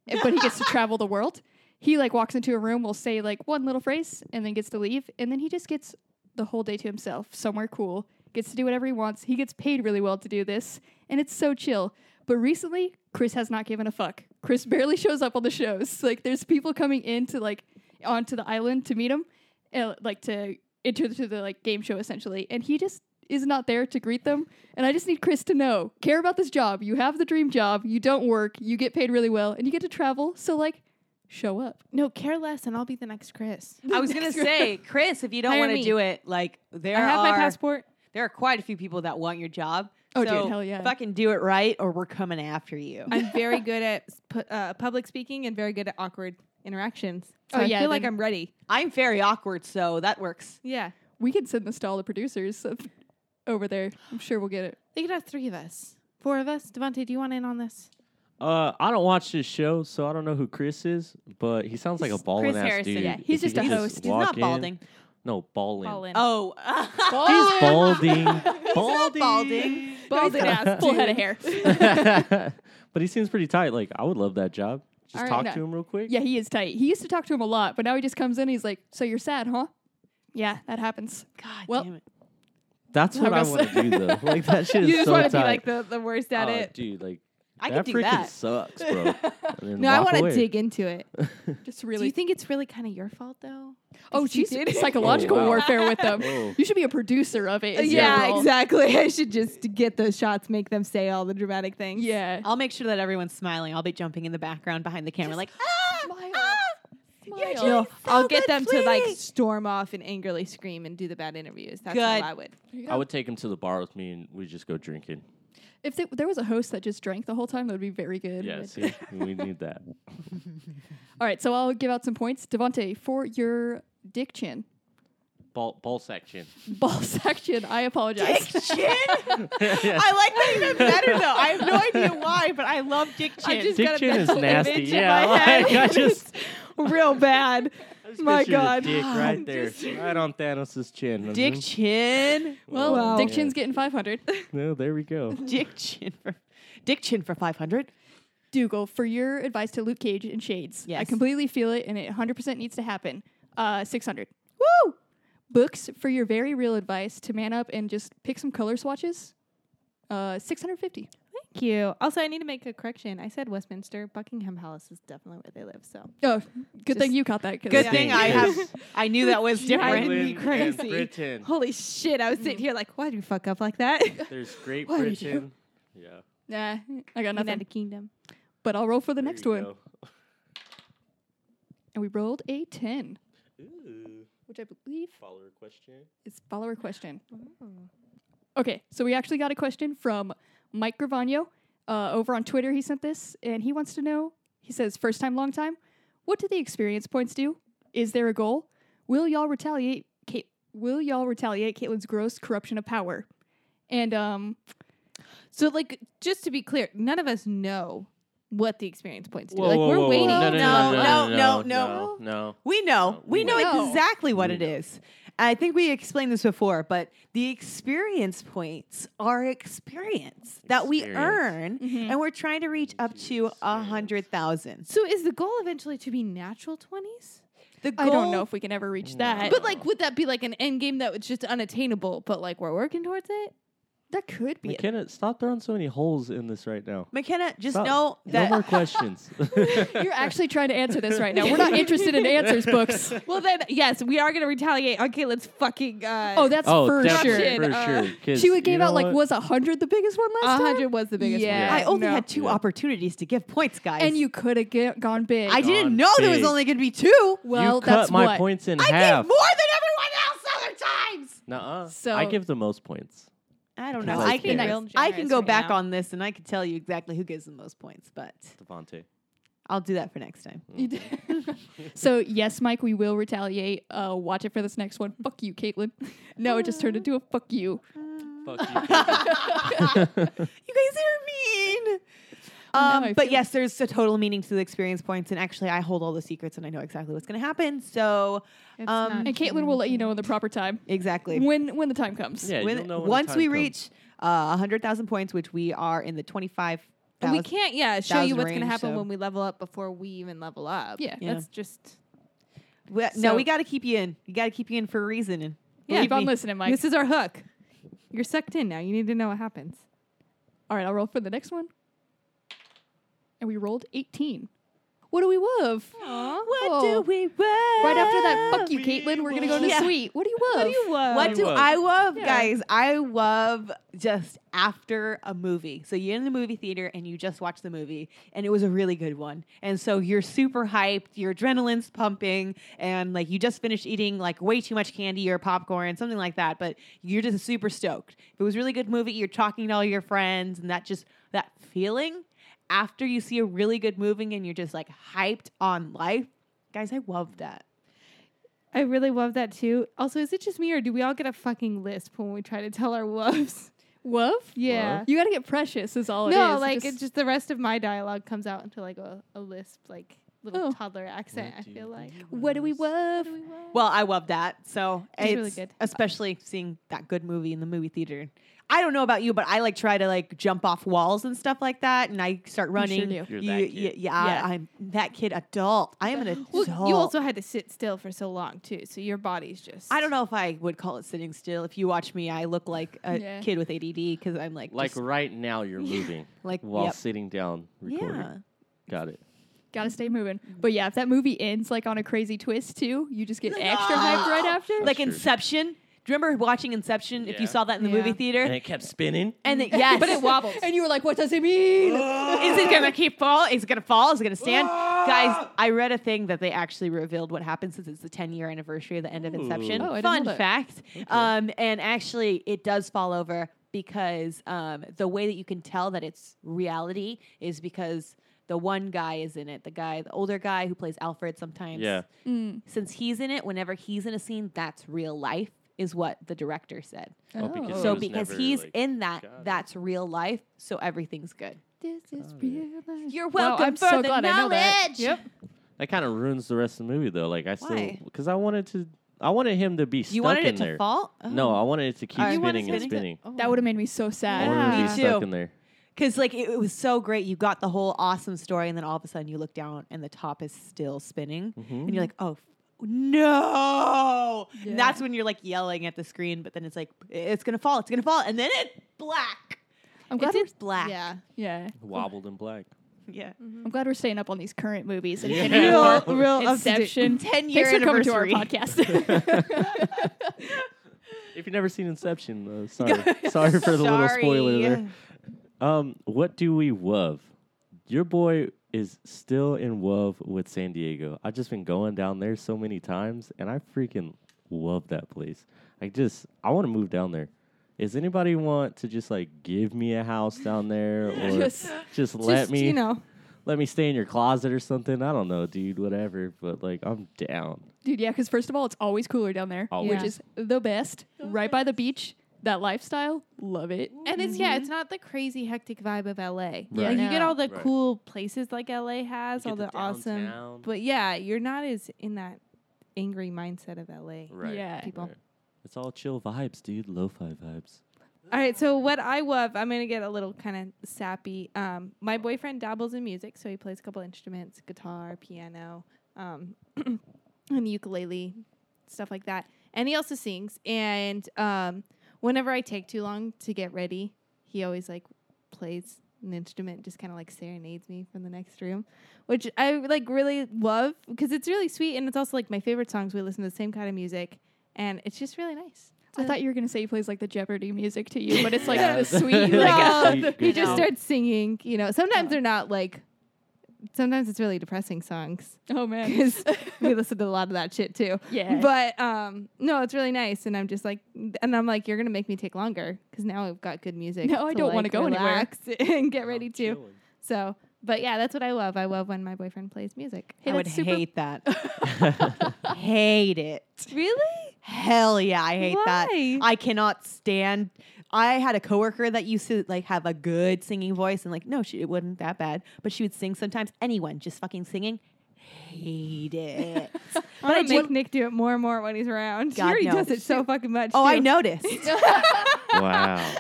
S1: eh, but he gets to travel the world. He like walks into a room, will say like one little phrase, and then gets to leave, and then he just gets the whole day to himself, somewhere cool. Gets to do whatever he wants. He gets paid really well to do this, and it's so chill. But recently, Chris has not given a fuck. Chris barely shows up on the shows. Like there's people coming in to like onto the island to meet him, uh, like to enter to the like game show essentially, and he just is not there to greet them. And I just need Chris to know, care about this job. You have the dream job. You don't work. You get paid really well, and you get to travel. So like, show up.
S4: No, care less, and I'll be the next Chris.
S3: I was gonna say, Chris, if you don't
S4: Hire
S3: want to
S4: me.
S3: do it, like there
S4: I have
S3: are
S4: my passport.
S3: there are quite a few people that want your job.
S1: Oh, dude,
S3: So
S1: hell yeah.
S3: Fucking do it right, or we're coming after you.
S4: I'm very good at s- pu- uh, public speaking and very good at awkward interactions. So
S1: Oh,
S4: I
S1: yeah,
S4: feel like
S1: then-
S4: I'm ready.
S3: I'm very awkward, so that works.
S4: Yeah,
S1: We can send this to all the producers of- over there. I'm sure we'll get it.
S4: they could have three of us, four of us. Devonte, do you want in on this?
S2: Uh, I don't watch this show, so I don't know who Chris is, but he sounds like a
S3: Chris
S2: balling ass
S3: Harrison.
S2: dude.
S3: Yeah,
S2: If
S1: he's
S2: he
S1: just a
S2: could
S1: host.
S3: He's not
S2: walk in-
S3: balding.
S2: No, balling.
S3: Oh,
S2: He's balding. balding.
S3: balding.
S1: Bald ass, full head of hair.
S2: but he seems pretty tight. Like I would love that job. Just
S1: All right,
S2: talk
S1: no.
S2: to him real quick.
S1: Yeah, he is tight. He used to talk to him a lot, but now he just comes in. and He's like, "So you're sad, huh?" Yeah, that happens.
S3: God
S1: Well,
S3: damn it.
S2: That's what I
S1: Okay.
S2: want to do though. Like that shit is
S4: You just
S2: so
S4: want to
S2: tight.
S4: be like the, the worst at
S2: Oh,
S4: it.
S2: dude. Like
S3: I
S2: that
S3: could do
S2: freaking
S3: that.
S2: sucks, bro.
S4: No, I want to dig into it.
S1: Just
S4: Do
S1: really.
S4: you think it's really kind of your fault though?
S1: oh,
S4: she
S1: she's
S4: did it?
S1: psychological
S2: Oh, wow. Oh.
S1: warfare with them.
S2: Whoa.
S1: You should be a producer of it. is
S2: Yeah,
S1: your role.
S4: exactly. I should just get those shots, make them say all the dramatic things.
S1: Yeah.
S3: I'll make sure that everyone's smiling. I'll be jumping in the background behind the camera, like, ah,
S1: smile.
S3: ah.
S1: Smile.
S4: No,
S3: doing so
S4: I'll get
S3: good,
S4: them to like
S3: please.
S4: storm off and angrily scream and do the bad interviews. That's
S3: Good.
S4: how I would.
S1: There you
S2: I
S1: go.
S2: would take him to the bar with me and we just go drinking.
S1: If th- there was a host that just drank the whole time, that would be very good.
S2: Yeah, see, we need that.
S1: All right, so I'll give out some points. Devonte for your dick chin,
S2: Ball, ball section.
S1: ball sack chin. I apologize.
S3: Dick chin. I like that even better though. I have no idea why, but I love dick chin.
S4: just-
S2: Dick
S4: got a
S2: chin is
S4: mental
S2: nasty.
S4: image in
S2: Yeah,
S4: my head.
S2: like, I just,
S4: Real bad.
S2: I just
S4: My
S2: pictured a
S4: God.
S2: dick
S4: I'm
S2: right there, right on Thanos' chin. Mm-hmm.
S3: dick chin.
S1: well,
S4: Wow.
S1: dick
S2: yeah.
S1: chin's getting five hundred.
S2: No, there we go.
S3: Dick chin for dick chin for five hundred.
S1: Dougal for your advice to Luke Cage and Shades. I
S3: Yes.
S1: completely feel it, and it hundred percent needs to happen. Uh, six hundred.
S3: Woo!
S1: Books for your very real advice to man up and just pick some color swatches. Uh, six hundred fifty.
S4: Thank you. Also, I need to make a correction. I said Westminster. Buckingham Palace is definitely where they live. So
S1: Oh, good thing
S4: Just-
S1: you caught that. 'cause-
S3: Good
S2: Yeah.
S3: thing I have. I knew that was
S4: Driving
S3: different.
S4: me
S2: England and
S4: crazy.
S2: Britain.
S4: holy shit, I was
S1: Mm-hmm.
S4: sitting here like, why do you fuck up like that?
S2: There's Great
S4: What did you-
S2: Britain. Yeah.
S1: Nah, I got nothing.
S4: United Kingdom.
S1: But I'll roll for the
S2: there
S1: next
S2: you
S1: one,
S2: go.
S1: and we rolled a ten,
S2: Ooh,
S1: which I believe
S2: follower question.
S1: is follower question.
S3: Oh.
S1: Okay, so we actually got a question from Mike Gravano uh, over on Twitter. He sent this, and he wants to know. He says, first time, long time. What do the experience points do? Is there a goal? Will y'all retaliate? Kate, will y'all retaliate Caitlin's gross corruption of power? And um,
S4: So, like, just to be clear, none of us know what the experience points do.
S2: Whoa,
S4: like,
S2: whoa,
S4: we're
S2: whoa,
S4: waiting.
S2: Whoa. No, no, no, no,
S3: No,
S2: no,
S3: no, no,
S2: no, no.
S3: We know. We
S2: We
S3: know
S1: know.
S3: exactly what
S2: We
S3: it
S2: know.
S3: is. I think we explained this before, but the experience points are experience that we
S2: Experience.
S3: earn,
S1: Mhm.
S3: and we're trying to reach up to a
S2: Experience.
S3: hundred thousand.
S4: So, is the goal eventually to be natural 20s?
S3: The
S1: I
S3: goal,
S1: don't know if we can ever reach that.
S4: But, like, would that be like an end game that was just unattainable, but like we're working towards it?
S1: that could be. it.
S2: McKenna, stop throwing so many holes in this right now.
S3: McKenna. Just
S2: Stop.
S3: know
S2: No
S3: that
S2: more questions.
S1: You're actually trying to answer this right now. We're not interested in answers, books.
S4: Well, then, yes, we are going to retaliate on Caitlin's fucking. Uh,
S1: Oh, that's
S2: oh,
S1: for
S2: definitely,
S1: sure.
S2: for
S4: Uh,
S2: sure. 'cause
S1: She
S2: you
S1: would gave
S2: know
S1: out like
S2: what?
S1: was hundred the biggest one last time.
S4: 100 was the biggest
S1: Yeah.
S4: one.
S3: I only
S1: No.
S3: had two
S2: Yeah.
S3: opportunities to give points, guys.
S1: and you could have g- gone big.
S3: I
S2: Gone
S3: didn't know there was
S2: big.
S3: only going to be two.
S2: You
S1: well,
S2: cut
S1: that's
S2: my
S1: what.
S2: points in
S3: I
S2: half.
S3: gave more than everyone else other times.
S2: Nuh-uh.
S1: So-
S2: I give the most points.
S3: I don't
S2: Because
S3: know.
S2: I
S3: I
S2: care.
S3: can,
S2: Real
S3: I can
S4: generous
S3: go
S4: right
S3: back
S4: now.
S3: on this and I can tell you exactly who gives the most points, but
S2: Devontae.
S3: I'll do that for next time.
S1: You did. so yes, Mike, we will retaliate. Uh, watch it for this next one. Fuck you, Caitlin. No, it just turned into a fuck you.
S2: Fuck you.
S3: You guys are mean.
S1: Well, now I
S3: Um, but
S1: feel-
S3: yes, there's a total meaning to the experience points, and actually, I hold all the secrets and I know exactly what's going to happen. So,
S4: It's
S3: um,
S4: not-
S1: And Caitlin will let you know in the proper time
S3: exactly.
S1: when when the time comes.
S2: yeah,
S3: When-
S2: you'll know when the
S3: once
S2: time
S3: we
S2: comes.
S3: reach uh, 100,000 points, which we are in the 25.
S4: And we can't, yeah, show you
S3: thousand
S4: what's going to
S3: range,
S4: happen
S3: so-
S4: when we level up before we even level up.
S1: Yeah.
S3: Yeah.
S4: That's just.
S3: no,
S4: So-
S3: we got to keep you in. You got to keep you in for a reason. And
S1: Yeah,
S3: believe
S1: keep on
S3: me,
S1: listening, Mike.
S4: This is our hook. You're sucked in now. You need to know what happens.
S1: All right, I'll roll for the next one. And we rolled eighteen. What do we love?
S3: What
S1: Oh.
S3: do we want?
S1: Right after that, fuck you,
S2: We
S1: Caitlin. We're gonna go to
S3: love-
S1: sweet. What do you love?
S4: love?
S3: What do
S2: love.
S3: I love,
S1: Yeah.
S3: guys? I love just after a movie. So you're in the movie theater and you just watch the movie, and it was a really good one. And so you're super hyped, your adrenaline's pumping, and like you just finished eating like way too much candy or popcorn, something like that. But you're just super stoked. If it was a really good movie, you're talking to all your friends, and that just that feeling after you see a really good movie and you're just like hyped on life, guys. I love that.
S4: I really love that too. Also, is it just me or do we all get a fucking lisp when we try to tell our woes?
S1: Woof?
S4: Yeah.
S1: You gotta get precious is all it
S4: no,
S1: is.
S4: like it's just the rest of my dialogue comes out into like a, a lisp, like little
S1: Oh.
S4: toddler accent.
S2: What
S4: I
S2: do
S4: feel
S2: you
S4: like.
S1: what do we love?
S3: Well, I love that. So
S4: It's
S3: it's
S4: really good.
S3: especially seeing that good movie in the movie theater. I don't know about you, but I like try to like jump off walls and stuff like that, and I start running.
S1: do.
S2: You're
S3: You-
S2: that
S3: y-
S2: kid.
S3: yeah,
S1: Yeah.
S3: I'm that kid adult. I am an
S4: Well,
S3: adult.
S4: you also had to sit still for so long too, so your body's just.
S3: I don't know if I would call it sitting still. If you watch me, I look like a
S1: Yeah.
S3: kid with ADD because I'm like
S2: Like
S3: just-
S2: right now, you're moving
S3: like
S2: while
S3: yep.
S2: sitting down recording.
S3: yeah.
S2: Got it.
S1: Gotta stay moving.
S3: Mm-hmm.
S1: But yeah, if that movie ends like on a crazy twist too, you just get
S3: Like, ah!
S1: extra hyped right after.
S2: That's
S3: like
S2: true.
S3: Inception. Do you remember watching Inception? If
S2: Yeah.
S3: you saw that in the
S1: Yeah.
S3: movie
S2: And
S3: theater,
S2: it kept spinning.
S3: and then, yes,
S4: but it wobbles.
S1: And you were like, what does it mean?
S3: Is it gonna keep fall? Is it gonna fall? Is it gonna stand? Guys, I read a thing that they actually revealed what happened since it's the 10 year anniversary of the end of Inception.
S2: Ooh.
S1: Oh, I didn't
S3: Fun
S1: know that.
S3: fact. Um, and actually, it does fall over because um, the way that you can tell that it's reality is because the one guy is in it. The guy, the older guy who plays Alfred sometimes.
S2: Yeah.
S1: Mm.
S3: Since he's in it, whenever he's in a scene, that's real life, is what the director said.
S2: Oh,
S1: Oh.
S2: because it
S3: So
S2: was
S3: because
S2: never,
S3: he's
S2: like,
S3: in that,
S2: got it.
S3: that's real life. So everything's good.
S1: This is
S2: Oh, yeah.
S1: real life.
S3: You're
S1: Wow,
S3: welcome
S1: I'm
S3: for
S1: so
S3: the
S1: glad I know that.
S3: knowledge.
S1: Yep.
S2: That kind of ruins the rest of the movie, though. Like I still,
S3: Why?
S2: because I wanted to, I wanted him to be stuck
S3: You wanted
S2: in
S3: it to
S2: there.
S3: fall?
S2: No, I wanted it to keep
S3: Oh. All right. You wanted
S2: spinning and
S3: it Oh. to-
S2: spinning.
S1: That would have made me so sad.
S2: I wanted it to be
S3: Yeah.
S2: stuck
S3: Me
S2: in there.
S3: because like it, it was so great. You got the whole awesome story, and then all of a sudden you look down and the top is still spinning,
S2: Mhm.
S3: and you're like, oh. f- No,
S1: Yeah.
S3: and that's when you're like yelling at the screen, but then it's like it's gonna fall, it's gonna fall, and then it's black.
S1: I'm glad
S3: It
S1: we're
S3: is black.
S4: Yeah.
S1: yeah.
S3: Mm-hmm.
S1: Mm-hmm.
S2: Wobbled and black.
S3: yeah.
S1: I'm glad we're staying up on these current movies. And
S2: Yeah.
S1: getting
S4: Real,
S1: more
S4: real up to date.
S1: Inception.
S3: Oh, Ten year
S1: Thanks for coming to our
S3: anniversary.
S1: podcast.
S2: If you've never seen Inception, uh, sorry, sorry for the little spoiler there. Um, what do we love? Your boy is still in love with San Diego. I've just been going down there so many times, and I freaking love that place. I just, I want to move down there. Does anybody want to just like give me a house down there, or just,
S1: Just-
S2: let
S4: Just,
S2: me
S4: You know.
S2: let me stay in your closet or something? I don't know, dude. Whatever, but like I'm down.
S1: Dude, yeah, because first of all, it's always cooler down there,
S2: Always.
S1: which is the best. Right by the beach, that lifestyle, love it.
S4: And it's yeah, it's not the crazy hectic vibe of LA.
S2: Mm-hmm. Right.
S4: Like you get all the
S2: Right.
S4: cool places like LA has,
S2: You
S4: all
S2: get
S4: the,
S2: the downtown.
S4: awesome. But yeah, you're not as in that angry mindset of LA.
S1: Yeah.
S4: People.
S2: Right. It's all chill vibes, dude. Lo-fi vibes.
S4: All right, so what I love, I'm gonna get a little kind of sappy. Um, my boyfriend dabbles in music, so he plays a couple instruments, guitar, piano, um, and ukulele, stuff like that. And he also sings. And um, whenever I take too long to get ready, he always like plays an instrument, just kind of like serenades me from the next room, which I like really love because it's really sweet and it's also like my favorite songs. We listen to the same kind of music, and it's just really nice.
S1: I thought you were gonna say he plays like the Jeopardy music to you, but it's like
S2: Yeah.
S1: the sweet. Like,
S2: No.
S4: No.
S1: uh,
S2: Sweet,
S1: the-
S2: good
S4: he just
S2: song.
S4: starts singing. You know, sometimes they're not like. Sometimes it's really depressing songs.
S1: oh man,
S4: 'Cause we listen to a lot of that shit too.
S1: yeah.
S4: But um, no, it's really nice, and I'm just like, and I'm like, you're gonna make me take longer because now I've got good music.
S1: No, I don't wanna
S4: like,
S1: go anywhere.
S4: relax and
S2: Oh,
S4: get ready to. So, but yeah, that's what I love. I love when my boyfriend plays music.
S1: Hey,
S3: I would
S1: that's super-
S3: hate that. hate it.
S4: Really?
S3: Hell yeah, I hate
S4: Why?
S3: that. I cannot stand. I had a coworker that used to like have a good singing voice, and like, no, she it wasn't that bad, but she would sing sometimes. Anyone just fucking singing, hate it. but
S4: I'm gonna
S3: I
S4: make
S3: do.
S4: Nick do it more and more when he's around.
S3: God,
S4: he already
S3: no.
S4: does it so fucking much.
S3: Oh, I
S4: too.
S3: noticed.
S2: wow.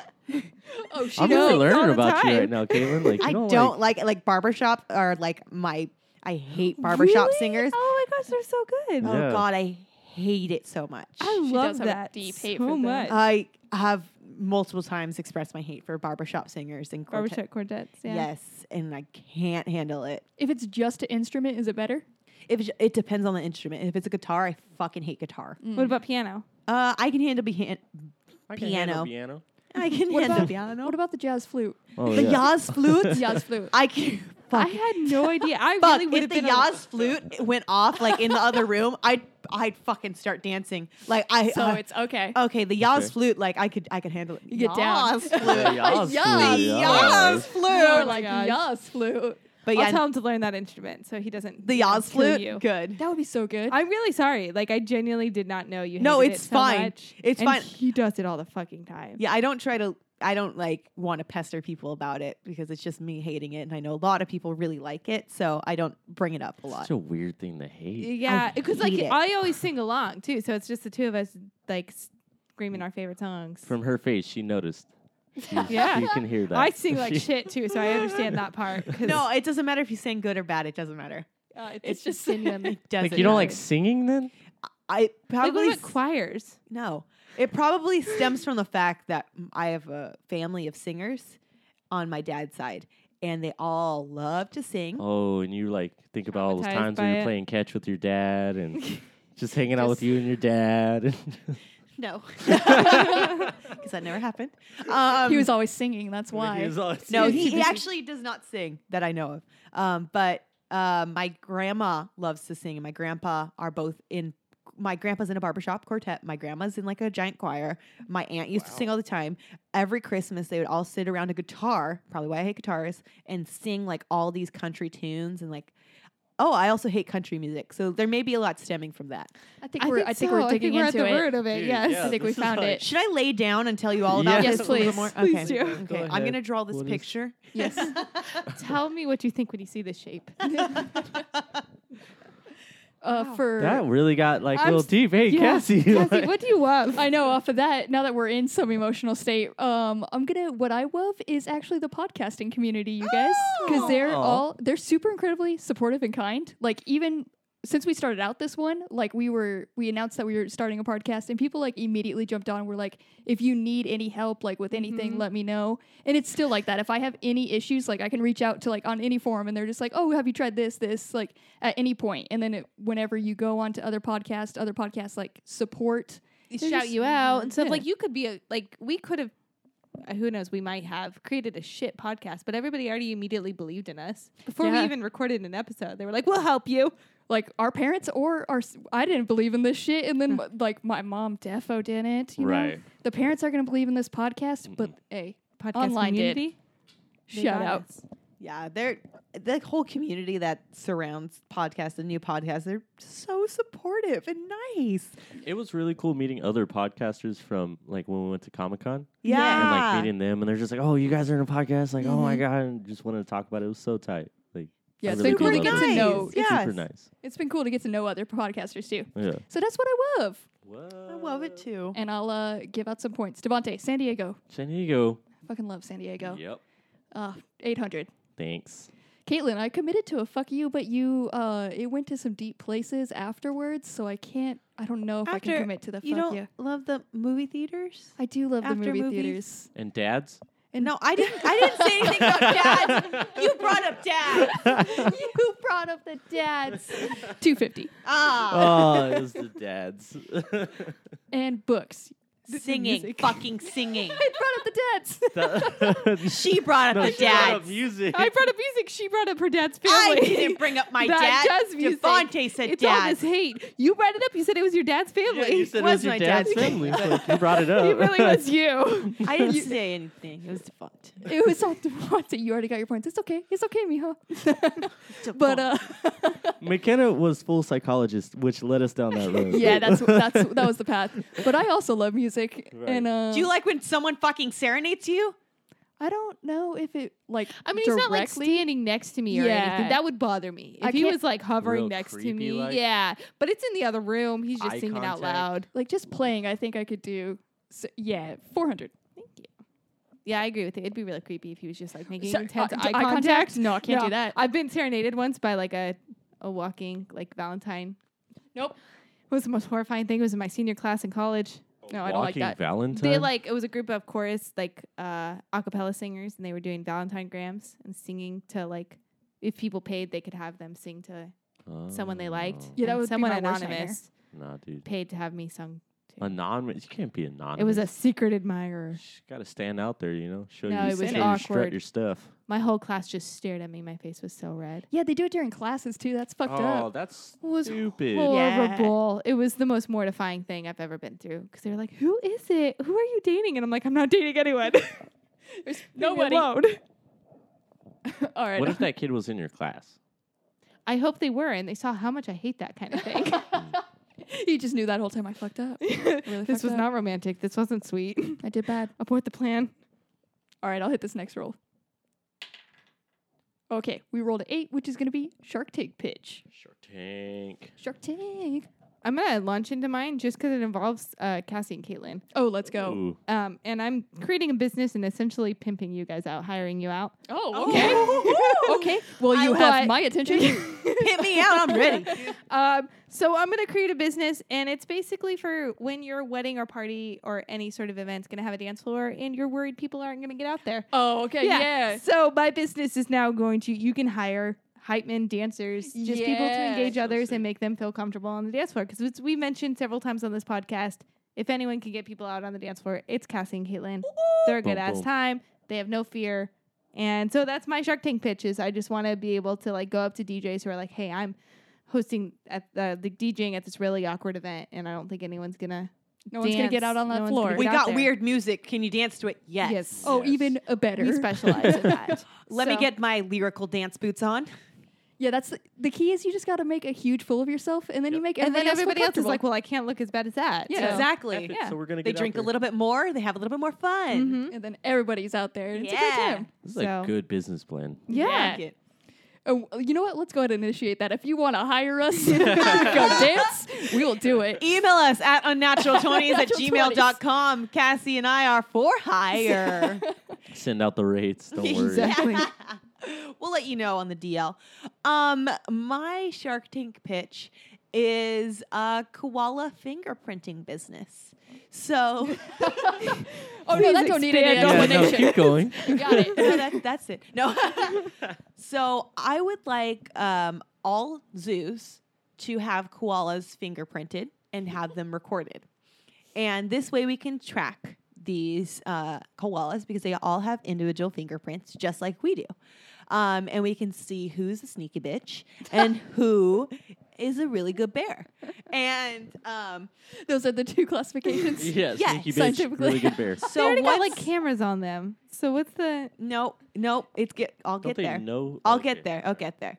S1: oh, she
S2: I'm really
S4: knows all
S2: learning
S4: the
S2: about you right
S4: time.
S2: now, Caitlin. Like, you
S3: I
S2: don't,
S3: don't
S2: Like,
S3: like like, barbershop are like my. I hate barbershop
S4: Really?
S3: singers.
S4: Oh my gosh, they're so good.
S2: Yeah.
S3: Oh God, I hate it so much.
S4: I
S1: She
S4: love
S1: does have a
S4: that
S1: deep
S4: so
S1: hate for them.
S4: much.
S3: I have multiple times expressed my hate for barbershop singers and quartet.
S4: Barbershop quartets. Yeah.
S3: Yes, and I can't handle it.
S1: if it's just an instrument, is it better?
S3: If it's, it depends on the instrument. If it's a guitar, I fucking hate guitar.
S1: Hmm.
S4: What about piano?
S3: Uh, I can handle behan-
S2: I
S3: can handle
S2: piano.
S3: I can
S1: What
S3: handle
S1: about-
S3: piano.
S1: What about the jazz flute?
S2: Oh,
S3: the
S2: yeah.
S3: Yaz flute?
S1: Jazz flute.
S3: I can.
S4: I
S3: Fuck.
S4: had no idea. I
S3: fuck.
S4: really would
S3: if
S4: have
S3: the
S4: been.
S3: Yaz flute went off like in the other room, I'd I'd fucking start dancing. Like I.
S1: so
S3: uh,
S1: it's okay.
S3: okay. The Yaz
S2: Okay.
S3: flute, like I could I could handle it. You
S1: get down.
S2: The
S3: flute.
S2: Yaz
S1: Yas.
S2: flute,
S3: Yaz
S2: Yas.
S3: flute.
S1: More
S4: my
S1: like
S4: gosh.
S1: jazz flute.
S3: But
S4: I'll
S3: yeah,
S4: tell him to learn that instrument so he doesn't.
S3: the
S4: you know,
S3: Yaz
S4: kill
S3: flute.
S4: You.
S3: Good.
S1: That would be so good.
S4: I'm really sorry. Like I genuinely did not know you.
S3: No,
S4: hated
S3: it's
S4: it so
S3: fine.
S4: much,
S3: It's
S4: and
S3: fine.
S4: He does it all the fucking time.
S3: Yeah, I don't try to. I don't like want to pester people about it because it's just me hating it, and I know a lot of people really like it, so I don't bring it up a lot.
S2: Such a weird thing to hate.
S4: Yeah, because like
S3: hate it.
S4: I always sing along too, so it's just the two of us like screaming our favorite songs.
S2: From her face, she noticed. She's-
S4: Yeah.
S2: You can hear that.
S4: I sing like
S2: She-
S4: shit too, so I understand that part. 'cause,
S3: No, it doesn't matter if you sing good or bad. It doesn't matter.
S4: uh, it's,
S3: It's
S4: just
S3: just
S4: genuinely.
S3: It doesn't.
S2: Like, you don't like
S3: matter.
S2: singing then?
S3: I
S4: like
S3: probably
S4: what about
S3: s-
S4: choirs?
S3: no. It probably stems from the fact that m- I have a family of singers on my dad's side, and they all love to sing.
S2: Oh, and you like think about all those
S4: Traumatized
S2: times
S4: by
S2: when you're
S4: it.
S2: playing catch with your dad and just hanging out with
S4: Just-
S2: you and your dad.
S3: No, because that never happened. Um,
S1: he was always singing. That's why.
S3: No,
S1: He's
S3: he,
S1: too
S3: he
S1: busy.
S3: actually does not sing that I know of. Um, but uh, my grandma loves to sing, and my grandpa are both in. My grandpa's in a barbershop quartet. My grandma's in like a giant choir. My aunt used to sing all the time. Every Christmas, they would all sit around a guitar, probably why I hate guitarists, and sing like all these country tunes and like. Oh, I also hate country music, so there may be a lot stemming from that.
S1: I think we're. I think we're digging
S4: we're
S1: into
S4: at the
S1: it.
S4: root of it.
S2: Dude,
S4: yes,
S2: yeah,
S1: I think we
S2: this is
S1: found
S2: like-
S1: it.
S3: Should I lay down and tell you all about
S2: Yes.
S3: this a little
S1: Yes,
S3: bit more?
S4: please.
S3: Okay.
S4: Please do.
S2: Go
S3: Okay, I'm
S2: ahead.
S3: gonna draw this
S2: What is-
S3: picture.
S1: Yes.
S4: Tell me what you think when you see this shape.
S1: Uh, for
S2: that really got like a
S4: I'm
S2: little
S4: s-
S2: deep. Hey,
S4: Yeah.
S2: Cassie.
S4: Cassie,
S2: like-
S4: what do you love?
S1: I know. Off of that, now that we're in some emotional state, um, I'm gonna. What I love is actually the podcasting community, you guys,
S4: Oh.
S1: because they're
S2: Aw.
S1: all they're super incredibly supportive and kind. Like even since we started out this one, like we were we announced that we were starting a podcast, and people like immediately jumped on. and We're like, if you need any help, like with anything,
S4: Mm-hmm.
S1: let me know. And it's still like that. If I have any issues, like I can reach out to like on any forum, and they're just like, oh, have you tried this, this, like at any point. And then it, whenever you go on to other podcasts, other podcasts like support. They're
S4: shout
S1: just-
S4: you out and stuff.
S1: Yeah.
S4: Like you could be a like we could have. uh, Who knows? We might have created a shit podcast, but everybody already immediately believed in us before we
S1: Yeah.
S4: even recorded an episode. They were like, "We'll help you."
S1: like our parents or our s- I didn't believe in this shit, and
S4: Hmm.
S1: then like my mom defo didn't. You
S2: Right.
S1: Know? The parents are gonna believe in this podcast, but hey,
S4: Podcast
S1: Online did.
S4: community. They
S1: shout
S4: got
S1: out.
S4: us.
S3: Yeah, they're the whole community that surrounds podcasts and new podcasts. They're so supportive and nice.
S2: it was really cool meeting other podcasters from like when we went to Comic Con
S3: Yeah,
S2: and like meeting them, and they're just like, "Oh, you guys are in a podcast!" Like, "Oh my god!" And just wanted to talk about it. It was so tight. Like,
S1: Yeah,
S2: I
S1: it's
S2: really
S1: been cool to
S2: love
S1: get
S2: it.
S1: to know.
S3: Nice. Yes.
S2: Super nice.
S1: It's been cool to get to know other podcasters too.
S2: Yeah.
S1: So that's what I love,
S3: I love it too.
S4: Oh.
S1: and I'll uh, give out some points. Devonte, San Diego,
S2: San Diego.
S1: fucking love San Diego.
S2: Yep.
S1: Uh, eight hundred.
S2: Thanks.
S1: Caitlin, I committed to a fuck you, but you uh, it went to some deep places afterwards, so I can't. I don't know if I can
S3: After-
S1: commit to the fuck
S3: You don't
S1: you.
S3: love the movie theaters?
S1: I do love the
S3: After
S1: movie
S3: movies?
S1: theaters.
S2: And dads.
S3: No, I didn't. I didn't say anything about dads. You brought up dad.
S1: you brought up the dads. 250.
S3: Ah,
S2: oh, it was the dads.
S1: And books.
S3: singing,
S1: music.
S3: fucking singing.
S1: I brought up the dads.
S2: The-
S3: She brought up
S2: no,
S3: the
S2: she brought up
S3: dads.
S2: music.
S4: I brought up music. She brought up her dad's
S3: I
S4: family.
S3: didn't bring up my
S4: that
S3: dad.
S4: does music.
S3: Devontae said
S4: it's all
S3: dad.
S4: this hate. You brought it up. You said it was your dad's family.
S2: Yeah, you said it
S3: was
S2: was your
S3: my
S2: dad's
S3: dad's
S2: family. so you brought it up.
S4: it really was you.
S3: I didn't say anything. It was Devontae.
S1: it was all Devontae. You already got your points. It's okay. It's okay, Miho. but uh,
S2: McKenna was full psychologist, which led us down that road.
S1: yeah, that's that's that was the path. But I also love music,
S2: Right.
S1: and uh,
S3: do you like when someone fucking serenades you?
S1: I don't know if it like.
S4: I mean, he's not like
S1: directly.
S4: standing next to me or
S1: Yeah.
S4: anything. That would bother me. If
S1: I
S4: he
S1: can't-
S4: was like hovering
S2: Real
S4: next to
S2: creepy,
S4: me.
S2: like.
S4: Yeah. But it's in the other room. He's just
S2: Eye
S4: singing out
S2: contact.
S4: loud.
S1: like just playing. I think I could do. So, yeah, 400.
S4: Thank you. Yeah, I agree with you. It'd be really creepy if he was just like making
S1: Sorry,
S4: intense
S1: uh,
S4: eye,
S1: eye
S4: contact.
S1: contact? No, I can't
S4: No,
S1: do that.
S4: I've been serenaded once by like a, a walking like Valentine.
S1: Nope.
S4: It was the most horrifying thing. It was in my senior class in college.
S1: No, I don't like that.
S2: Valentine.
S4: They like it was a group of chorus like uh acapella singers and they were doing Valentine grams and singing to like if people paid they could have them sing to someone they liked.
S1: Yeah, that
S4: and
S1: would be
S4: someone
S1: my worst nightmare.
S4: anonymous
S2: Oh, Nah, dude.
S4: paid to have me sung to.
S2: Anonymous. You can't be anonymous.
S4: it was a secret admirer.
S2: Got to stand out there, you know. Show
S4: No,
S2: you,
S4: it was
S2: show you strut
S4: awkward.
S2: your stuff.
S4: My whole class just stared at me. My face was so red.
S1: Yeah, they do it during classes too. That's fucked
S2: oh,
S1: up.
S2: that's
S4: It was
S2: stupid.
S4: horrible. It was the most mortifying thing I've ever been through because they were like, "Who is it? Who are you dating?" And I'm like, "I'm not dating anyone. There's
S1: nobody."
S4: Alone.
S1: All right.
S2: What if that kid was in your class?
S4: I hope they were, and they saw how much I hate that kind of thing.
S1: you just knew that whole time I fucked up. Really
S4: this
S1: fucked
S4: was
S1: up.
S4: not romantic. This wasn't sweet.
S1: I did bad.
S4: Abort the plan.
S1: All right, I'll hit this next roll. Okay, we rolled an eight, which is going to be Shark Tank pitch.
S2: Shark Tank.
S1: Shark Tank.
S4: I'm gonna launch into mine just because it involves uh, Cassie and Caitlin.
S1: Oh, let's go.
S2: Ooh.
S4: Um, and I'm creating a business and essentially pimping you guys out, hiring you out.
S1: Oh, okay. okay. Well,
S4: I
S1: you have
S4: want-
S1: my attention.
S3: Hit me out. I'm ready.
S4: Um, so I'm gonna create a business, and it's basically for when your wedding or party or any sort of event's gonna have a dance floor, and you're worried people aren't gonna get out there.
S1: oh, okay. Yeah.
S4: So my business is now going to you can hire hype men dancers, just people to
S1: Yes.
S4: engage
S2: So
S4: others
S2: sick.
S4: and make them feel comfortable on the dance floor. Because we mentioned several times on this podcast, if anyone can get people out on the dance floor, it's Cassie and Caitlin. They're a
S2: Boom,
S4: good ass
S2: boom.
S4: time. They have no fear. And so that's my Shark Tank pitch is I just want to be able to like go up to DJs who are like, hey, I'm hosting at the, the DJing at this really awkward event, and I don't think anyone's gonna.
S1: No one's gonna get
S4: Dance.
S1: out on
S4: No
S1: that
S4: one's
S1: floor.
S4: gonna
S3: We
S4: out
S3: got
S4: there.
S3: weird music. Can you dance to it? Yes.
S4: Yes.
S1: Oh,
S2: Yes.
S1: even a better.
S4: We specialize in that.
S3: Let me
S4: So-
S3: get my lyrical dance boots on.
S1: Yeah, that's the, the key. Is you just got to make a huge fool of yourself, and then you make
S4: and
S1: everybody
S4: then
S1: else feel
S4: everybody else is
S1: comfortable.
S4: like, well, I can't look as bad as that.
S1: Yeah.
S4: So-
S3: Exactly.
S2: F it, So we're gonna
S3: They
S2: get out
S3: drink a
S2: there.
S3: little bit more. They have a little bit more fun.
S4: Mhm.
S1: and then everybody's out there. and Mm-hmm. It's a
S3: Yeah.
S1: good time.
S2: This is a
S4: So-
S2: good business plan.
S4: Yeah.
S1: Yeah.
S3: Like it.
S1: Oh, well, you know what? Let's go ahead and initiate that. If you want to hire us, go dance. We will do it.
S3: Email us at unnatural20s at
S1: Unnatural20s.
S3: gmail.com. Cassie and I are for hire.
S2: Send out the rates. Don't worry.
S4: Exactly.
S3: we'll let you know on the DL. Um, my Shark Tank pitch is a koala fingerprinting business. So
S1: Oh no, that
S4: Please
S1: don't need any
S4: expand on
S2: Yeah, no,
S1: explanation.
S2: keep going.
S1: You got it.
S3: no, that, that's it. No. so I would like um, all zoos to have koalas fingerprinted and have them recorded. And this way we can track these uh, koalas because they all have individual fingerprints just like we do. Um, and we can see who's a sneaky bitch and who is a really good bear. And um,
S1: Those are the two classifications.
S2: Yeah,
S3: Yeah,
S2: sneaky bitch,
S1: scientifically.
S2: really good bear.
S4: they
S3: so
S4: already got
S3: once-
S4: like cameras on them. So what's the
S3: no, no, it's get. I'll
S2: Don't
S3: get
S2: they
S3: there.
S2: know?
S3: I'll
S2: okay.
S3: get there. I'll get there.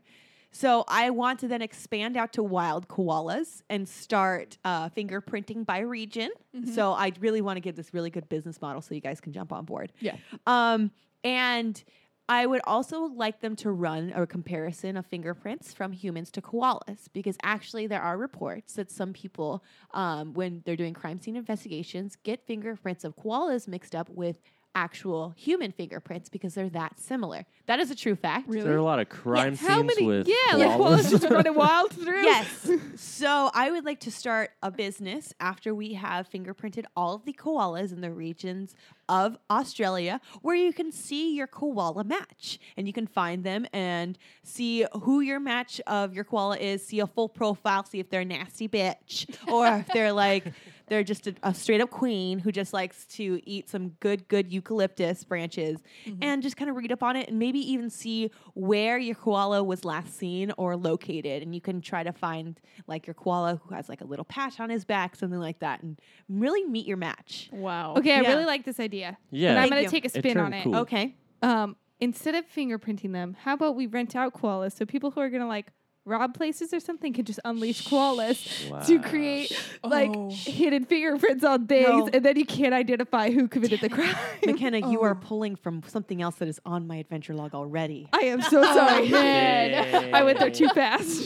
S3: So I want to then expand out to wild koalas and start uh, fingerprinting by region. So I really want to give this really good business model so you guys can jump on board.
S1: Yeah.
S3: Um, and I would also like them to run a comparison of fingerprints from humans to koalas because actually there are reports that some people, um, when they're doing crime scene investigations, get fingerprints of koalas mixed up with actual human fingerprints because they're that similar. That is a true fact.
S2: There are a lot of crime
S4: how
S2: scenes
S4: many?
S2: with
S4: yeah, like koalas
S2: koalas.
S4: just running wild through.
S3: Yes. so I would like to start a business after we have fingerprinted all of the koalas in the regions of Australia where you can see your koala match and you can find them and see who your match of your koala is, see a full profile, see if they're a nasty bitch or if they're like they're just a, a straight up queen who just likes to eat some good, good eucalyptus branches and just kind of read up on it and maybe even see where your koala was last seen or located. And you can try to find like your koala who has like a little patch on his back, something like that, and really meet your match.
S1: Wow.
S4: Okay, I
S3: Yeah.
S4: really like this idea.
S2: Yeah.
S4: And I'm
S2: Thank
S4: gonna
S3: you.
S4: take a
S2: It
S4: spin on
S2: turned
S4: it.
S2: cool.
S3: Okay.
S4: Um, instead of fingerprinting them, how about we rent out koalas so people who are gonna like rob places or something can just unleash koalas to
S2: Wow.
S4: create like
S1: Oh.
S4: hidden fingerprints on things,
S3: No.
S4: and then you can't identify who committed the crime.
S3: McKenna, you are pulling from something else that is on my adventure log already.
S4: I am so sorry.
S2: man.
S4: I went there too fast.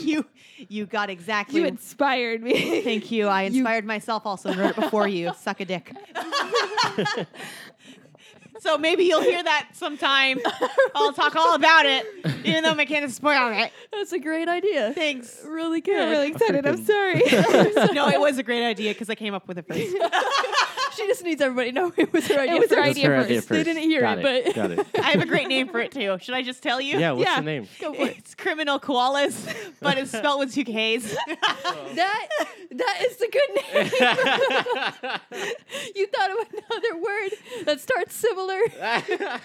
S3: you you got exactly
S4: You inspired me.
S3: Thank you. I inspired myself also and wrote it before you. Suck a dick. so maybe you'll hear that sometime. I'll talk all about it, even though McKenna's spoiled it.
S1: That's a great idea.
S3: Thanks.
S1: Really
S4: I'm
S1: good.
S4: really excited. I'm
S2: freaking-
S4: sorry.
S3: no, it was a great idea because I came up with it first.
S1: she just needs everybody to know it was her idea.
S4: was her
S1: first.
S2: That's
S4: idea
S2: her
S4: first.
S2: idea first.
S1: They didn't hear
S2: Got
S1: it, but-
S2: got it.
S3: I have a great name for it too. Should I just tell you?
S2: Yeah, what's
S4: Yeah.
S2: the name?
S1: Go for it.
S3: It's criminal koalas, but it's spelled with two K's.
S1: That that is the good name. you thought of another word that starts similar.
S4: it's
S3: I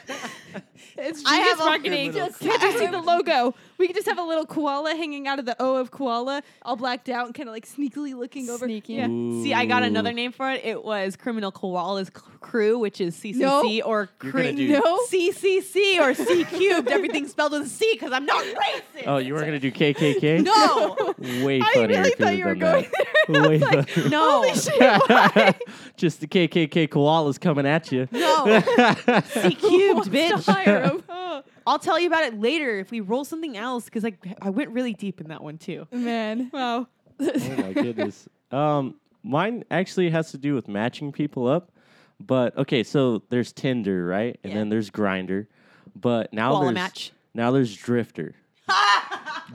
S4: genius
S3: have a-
S4: marketing.
S2: Criminal
S4: Just can't you see the logo? We could just have a little koala hanging out of the O of koala, all blacked out and kind of like sneakily looking over.
S1: Sneaky.
S4: Yeah.
S3: See, I got
S2: Ooh.
S3: another name for it. It was Criminal Koalas C- Crew, which is CCC or
S2: You're
S3: cri-
S2: gonna do-
S3: no CCC or C cubed. Everything's spelled with a C because I'm not racist.
S2: Oh, you were gonna do KKK?
S3: no,
S2: Way
S4: I
S2: funnier.
S4: really
S2: if
S4: thought
S2: had
S4: you were
S2: done
S4: going
S2: that. Way
S3: no,
S2: funnier. Just the KKK koalas coming at you.
S3: no. C cubed, bitch.
S1: Hire 'em.
S4: Oh
S3: I'll tell you about it later if we
S1: Mm,
S3: roll something else because I I went really deep in that one too.
S4: man! Wow.
S2: Oh my goodness. Um, mine actually has to do with matching people up. But okay, so there's Tinder, right? And
S3: Yeah.
S2: then there's Grinder. But now
S3: Walla
S2: there's
S3: match.
S2: now there's Drifter.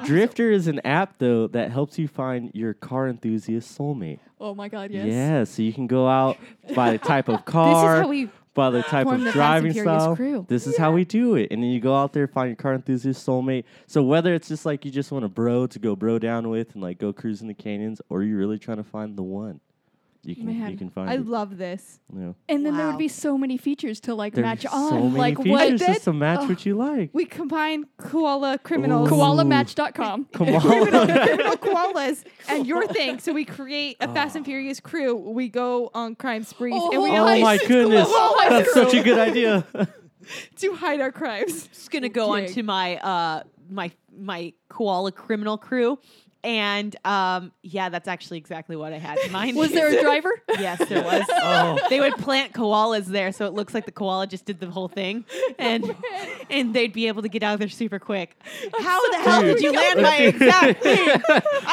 S2: Drifter is an app though that helps you find your car enthusiast soulmate.
S1: Oh my god, yes.
S2: Yeah, so you can go out by the type of
S1: This is
S2: car,
S1: how we
S2: by the type
S1: form
S2: of
S1: the Fast
S2: driving
S1: and Furious
S2: style.
S1: crew.
S2: This is how we do it. And then you go out there, find your car enthusiast soulmate. So whether it's just like you just want a bro to go bro down with and like go cruising the canyons, or you're really trying to find the one, you can
S1: Man,
S2: you can find.
S4: I
S2: it,
S4: love this.
S2: you know.
S1: And then there would
S3: Wow.
S1: be so many features to like
S2: There's
S1: match
S2: so
S1: on.
S2: many
S1: like what
S2: features just to match
S1: Ugh.
S2: what you like.
S4: We combine koala criminals,
S2: Ooh. Koala-
S1: koalamatch.com.
S2: Come
S4: criminal,
S2: on.
S4: criminal koalas, and your thing. So we create a Fast and Furious crew. We go on crime sprees and we
S1: Oh
S4: all
S2: Ah. oh my
S1: Ice is
S2: goodness,
S1: cool.
S2: that's such a good idea.
S4: to hide our crimes.
S3: just gonna go
S1: Dig.
S3: on to my uh my my koala criminal crew and um yeah that's actually exactly what i had in mind
S1: Was there a driver?
S3: yes there was
S2: Oh.
S3: they would plant koalas there so it looks like the koala just did the whole thing and and they'd be able to get out of there super quick how the hell did you land my exact thing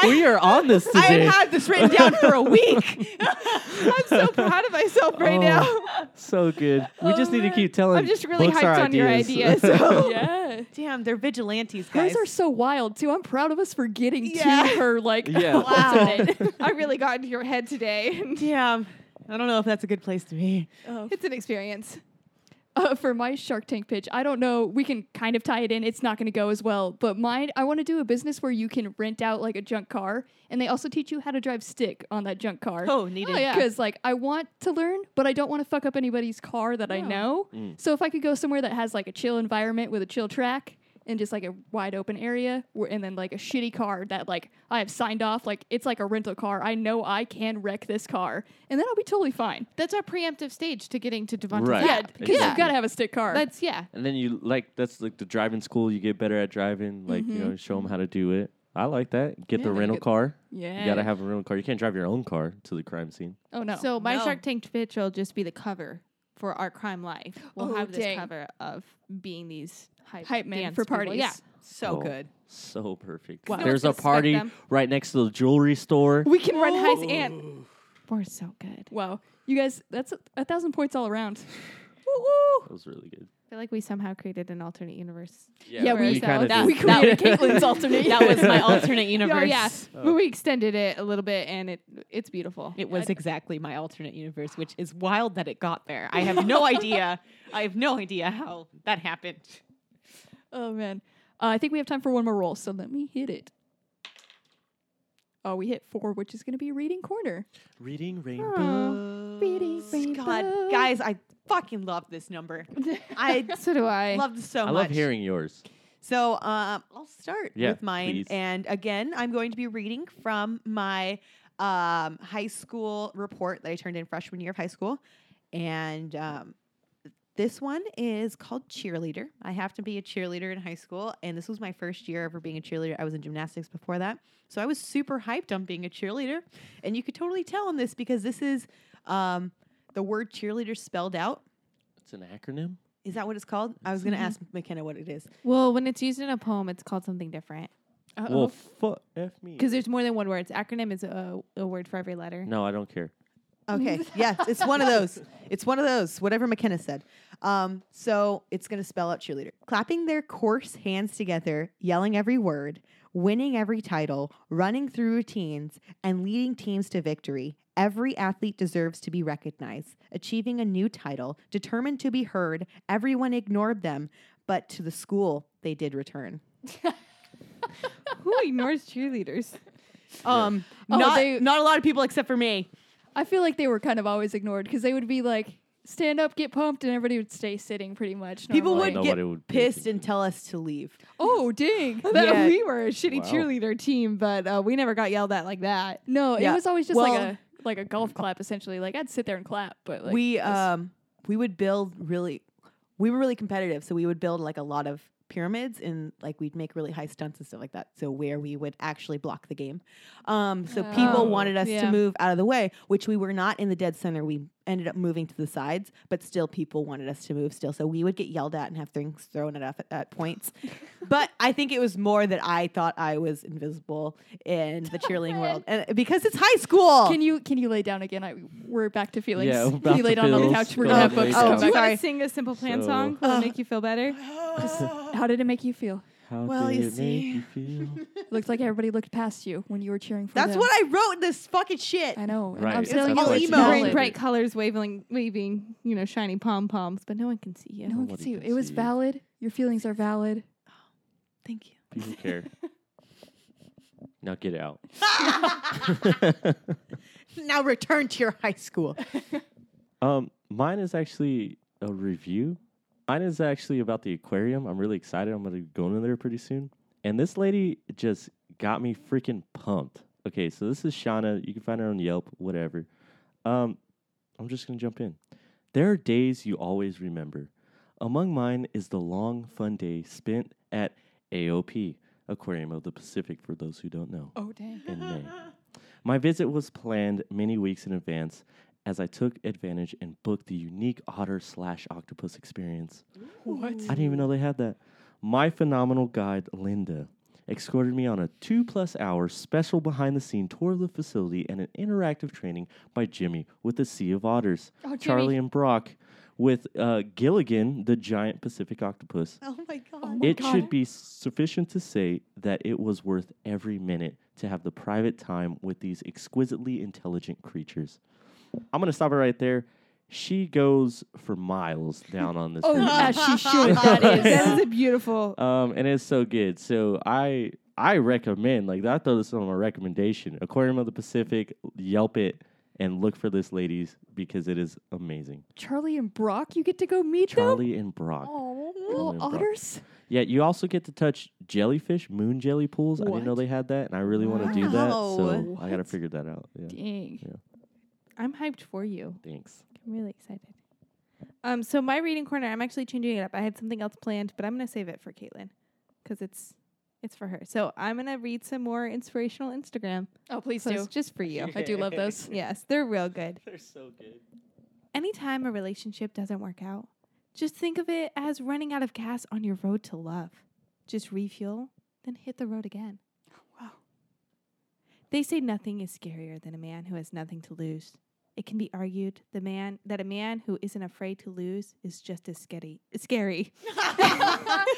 S2: we are on this
S3: i had
S2: today.
S3: had this written down for a week
S4: I'm so proud of myself right now.
S2: Oh, so good. We just need to keep telling.
S4: I'm just really
S2: books our
S4: hyped on your ideas. So.
S1: yeah.
S3: damn they're vigilantes guys
S1: Hers are so wild too. I'm proud of us for getting
S4: Yeah.
S1: to her like
S2: Yeah.
S3: Wow.
S1: what's in it.
S4: I really got into your head today.
S3: damn i don't know if that's a good place to be
S4: It's an experience.
S1: Uh, for my Shark Tank pitch, I don't know. We can kind of tie it in. It's not going to go as well, but mine. I want to do a business where you can rent out like a junk car, and they also teach you how to drive stick on that junk car.
S3: oh needed
S1: Because like I want to learn, but I don't want to fuck up anybody's car that I
S4: No.
S1: know. So if I could go somewhere that has like a chill environment with a chill track and just like a wide open area, where, and then like a shitty car that like I have signed off, like it's like a rental car. I know I can wreck this car, and then I'll be totally fine.
S4: That's our preemptive stage to getting to Devontae's
S2: Right.
S1: Yeah,
S4: lab.
S1: because
S2: Exactly.
S1: you've got to have a stick car.
S4: That's yeah.
S2: And then you like that's like the driving school. You get better at driving. Like you know, show them how to do it. I like that. Get the
S1: Yeah,
S2: rental
S1: get-
S2: car.
S1: yeah.
S2: You gotta have a rental car. You can't drive your own car to the crime scene.
S1: Oh no.
S4: So my
S3: No.
S4: Shark Tank pitch will just be the cover for our crime life. We'll
S1: Oh,
S4: have this
S1: dang.
S4: cover of being these hype,
S1: hype man
S4: dance
S1: for
S4: people.
S1: parties.
S4: Yeah.
S3: so
S2: Oh.
S3: good
S2: So perfect.
S4: Wow. No
S2: There's
S4: one's
S2: a
S4: gonna suspect
S2: party
S4: them.
S2: right next to the jewelry store.
S4: We can run heist and we're so good.
S1: wow, you guys, that's a, a thousand points all around.
S2: That was really good.
S4: I feel like we somehow created an alternate universe.
S1: Yeah,
S4: we-
S2: you kinda
S1: that-
S2: did.
S1: we created Caitlin's alternate.
S3: that was my alternate universe.
S4: Oh yeah, but we extended it a little bit, and it it's beautiful.
S3: It was exactly my alternate universe, which is wild that it got there. I have no idea. I have no idea how that happened.
S1: Oh man, uh, I think we have time for one more roll, so let me hit it. Oh, we hit four, which is going to be reading corner.
S2: reading rainbow.
S1: Reading rainbow.
S3: God, guys, I fucking love this number. I
S4: so do I.
S3: love this so
S2: I
S3: much.
S2: love hearing yours.
S3: So um, I'll start
S2: Yeah,
S3: with mine.
S2: please.
S3: And again, I'm going to be reading from my um, high school report that I turned in freshman year of high school. And um, this one is called Cheerleader. I have to be a cheerleader in high school. And this was my first year ever being a cheerleader. I was in gymnastics before that. So I was super hyped on being a cheerleader. And you could totally tell on this because this is um, the word cheerleader spelled out.
S2: It's an acronym.
S3: Is that what it's called? I was going to ask McKenna what it is.
S4: well, when it's used in a poem, it's called something different
S2: Well, fuck f me.
S4: because there's more than one word. It's acronym is a, a word for every letter.
S2: No, I don't care.
S3: Okay. yes, it's one of those. It's one of those. Whatever McKenna said. Um, so it's going to spell out cheerleader. Clapping their coarse hands together, yelling every word, winning every title, running through routines, and leading teams to victory. Every athlete deserves to be recognized. Achieving a new title, determined to be heard. Everyone ignored them, but to the school they did return.
S4: Who ignores cheerleaders?
S3: Um,
S1: Oh,
S3: not
S1: they-
S3: not a lot of people except for me.
S1: I feel like they were kind of always ignored because they would be like, stand up, get pumped, and everybody would stay sitting pretty much.
S3: People
S1: normally.
S3: would
S2: Nobody
S3: get
S2: would pay
S3: pissed
S2: attention.
S3: and tell us to leave.
S1: Oh, dang.
S3: Yeah.
S4: We were a shitty
S2: Wow.
S4: cheerleader team, but uh, we never got yelled at like that.
S1: No,
S3: Yeah.
S1: it was always just like
S3: Well-
S1: a like a golf clap essentially. Like I'd sit there and clap, but like
S3: we
S1: this-
S3: um we would build really we were really competitive so we would build like a lot of pyramids and like we'd make really high stunts and stuff like that. So where we would actually block the game. Um, so
S1: Oh,
S3: people wanted us
S1: yeah.
S3: to move out of the way, which we were not in the dead center. We ended up moving to the sides, but still people wanted us to move still. So we would get yelled at and have things thrown at us at, at points. but I think it was more that I thought I was invisible in the cheerleading world. And because it's high school.
S1: Can you can you lay down again? I we're back to feelings.
S2: Yeah, we're
S1: can
S2: back
S1: you
S2: to
S1: lay down on the
S2: feels.
S1: couch? We're
S2: Go
S1: gonna have
S2: ahead,
S1: folks
S3: lay
S1: come
S3: down.
S4: Oh, Do you
S1: back.
S4: want
S3: Sorry.
S4: to sing a Simple Plan
S2: So-
S4: song? Will
S3: Ugh.
S4: it make you feel better?
S1: Oh, How did it make you feel?
S2: How
S3: Well,
S2: did
S3: you
S2: it
S3: see.
S2: make you feel?
S1: It looked like everybody looked past you when you were cheering for
S3: That's
S1: them.
S3: what I wrote in this fucking shit.
S1: I know. and
S2: Right,
S1: I'm
S2: it's
S1: telling
S2: all
S1: you, it's
S3: emo.
S4: You're
S1: valid.
S4: in
S2: Valid.
S4: bright colors, waving, waving, you know, shiny pom poms, but no one can see you.
S1: No one
S2: Nobody
S1: can see you.
S2: can
S1: It was
S2: see you.
S1: valid. Your feelings are valid.
S3: Thank you.
S2: People care. now get out.
S3: now return to your high school.
S2: Um, mine is actually a review. Mine is actually about the aquarium. I'm really excited. I'm going to go in there pretty soon. And this lady just got me freaking pumped. Okay, so this is Shauna. You can find her on Yelp, whatever. Um, I'm just going to jump in. There are days you always remember. Among mine is the long, fun day spent at AOP, Aquarium of the Pacific, for those who don't know
S1: Oh dang.
S2: in May. My visit was planned many weeks in advance as I took advantage and booked the unique otter slash octopus experience.
S1: What?
S2: I didn't even know they had that. My phenomenal guide, Linda, escorted me on a two plus hour special behind the scene tour of the facility and an interactive training by Jimmy with the Sea of Otters,
S1: Oh, Jimmy.
S2: Charlie and Brock with uh, Gilligan, the giant Pacific octopus.
S3: Oh my god.
S1: my
S2: It
S1: God.
S2: should be sufficient to say that it was worth every minute to have the private time with these exquisitely intelligent creatures. I'm going to stop it right there. She goes for miles down on this.
S1: Oh,
S2: review.
S1: as she should. That is.
S4: that is a beautiful.
S2: Um, and it's so good. So I I recommend like I throw this on my recommendation. Aquarium of the Pacific, Yelp it, and look for this ladies because it is amazing.
S1: Charlie and Brock, you get to go meet them.
S2: Charlie and Brock.
S1: Oh,
S2: Charlie
S1: little
S2: and Brock.
S1: otters.
S2: Yeah, you also get to touch jellyfish, moon jelly pools. I didn't know
S1: What?
S2: they had that, and I really want to do that. So
S3: Wow.
S2: I got to figure that out. Yeah.
S1: Dang.
S4: I'm hyped for you.
S2: Thanks.
S4: I'm really excited. Um, so my reading corner, I'm actually changing it up. I had something else planned, but I'm gonna save it for Caitlin because it's it's for her. So I'm gonna read some more inspirational Instagram
S1: Oh, please
S4: posts
S1: do.
S4: just for you.
S1: I do love those.
S4: yes, they're real good.
S2: They're so good.
S4: Anytime a relationship doesn't work out, just think of it as running out of gas on your road to love. Just refuel, then hit the road again.
S1: Wow.
S4: They say nothing is scarier than a man who has nothing to lose. It can be argued the man that a man who isn't afraid to lose is just as scary. Scary.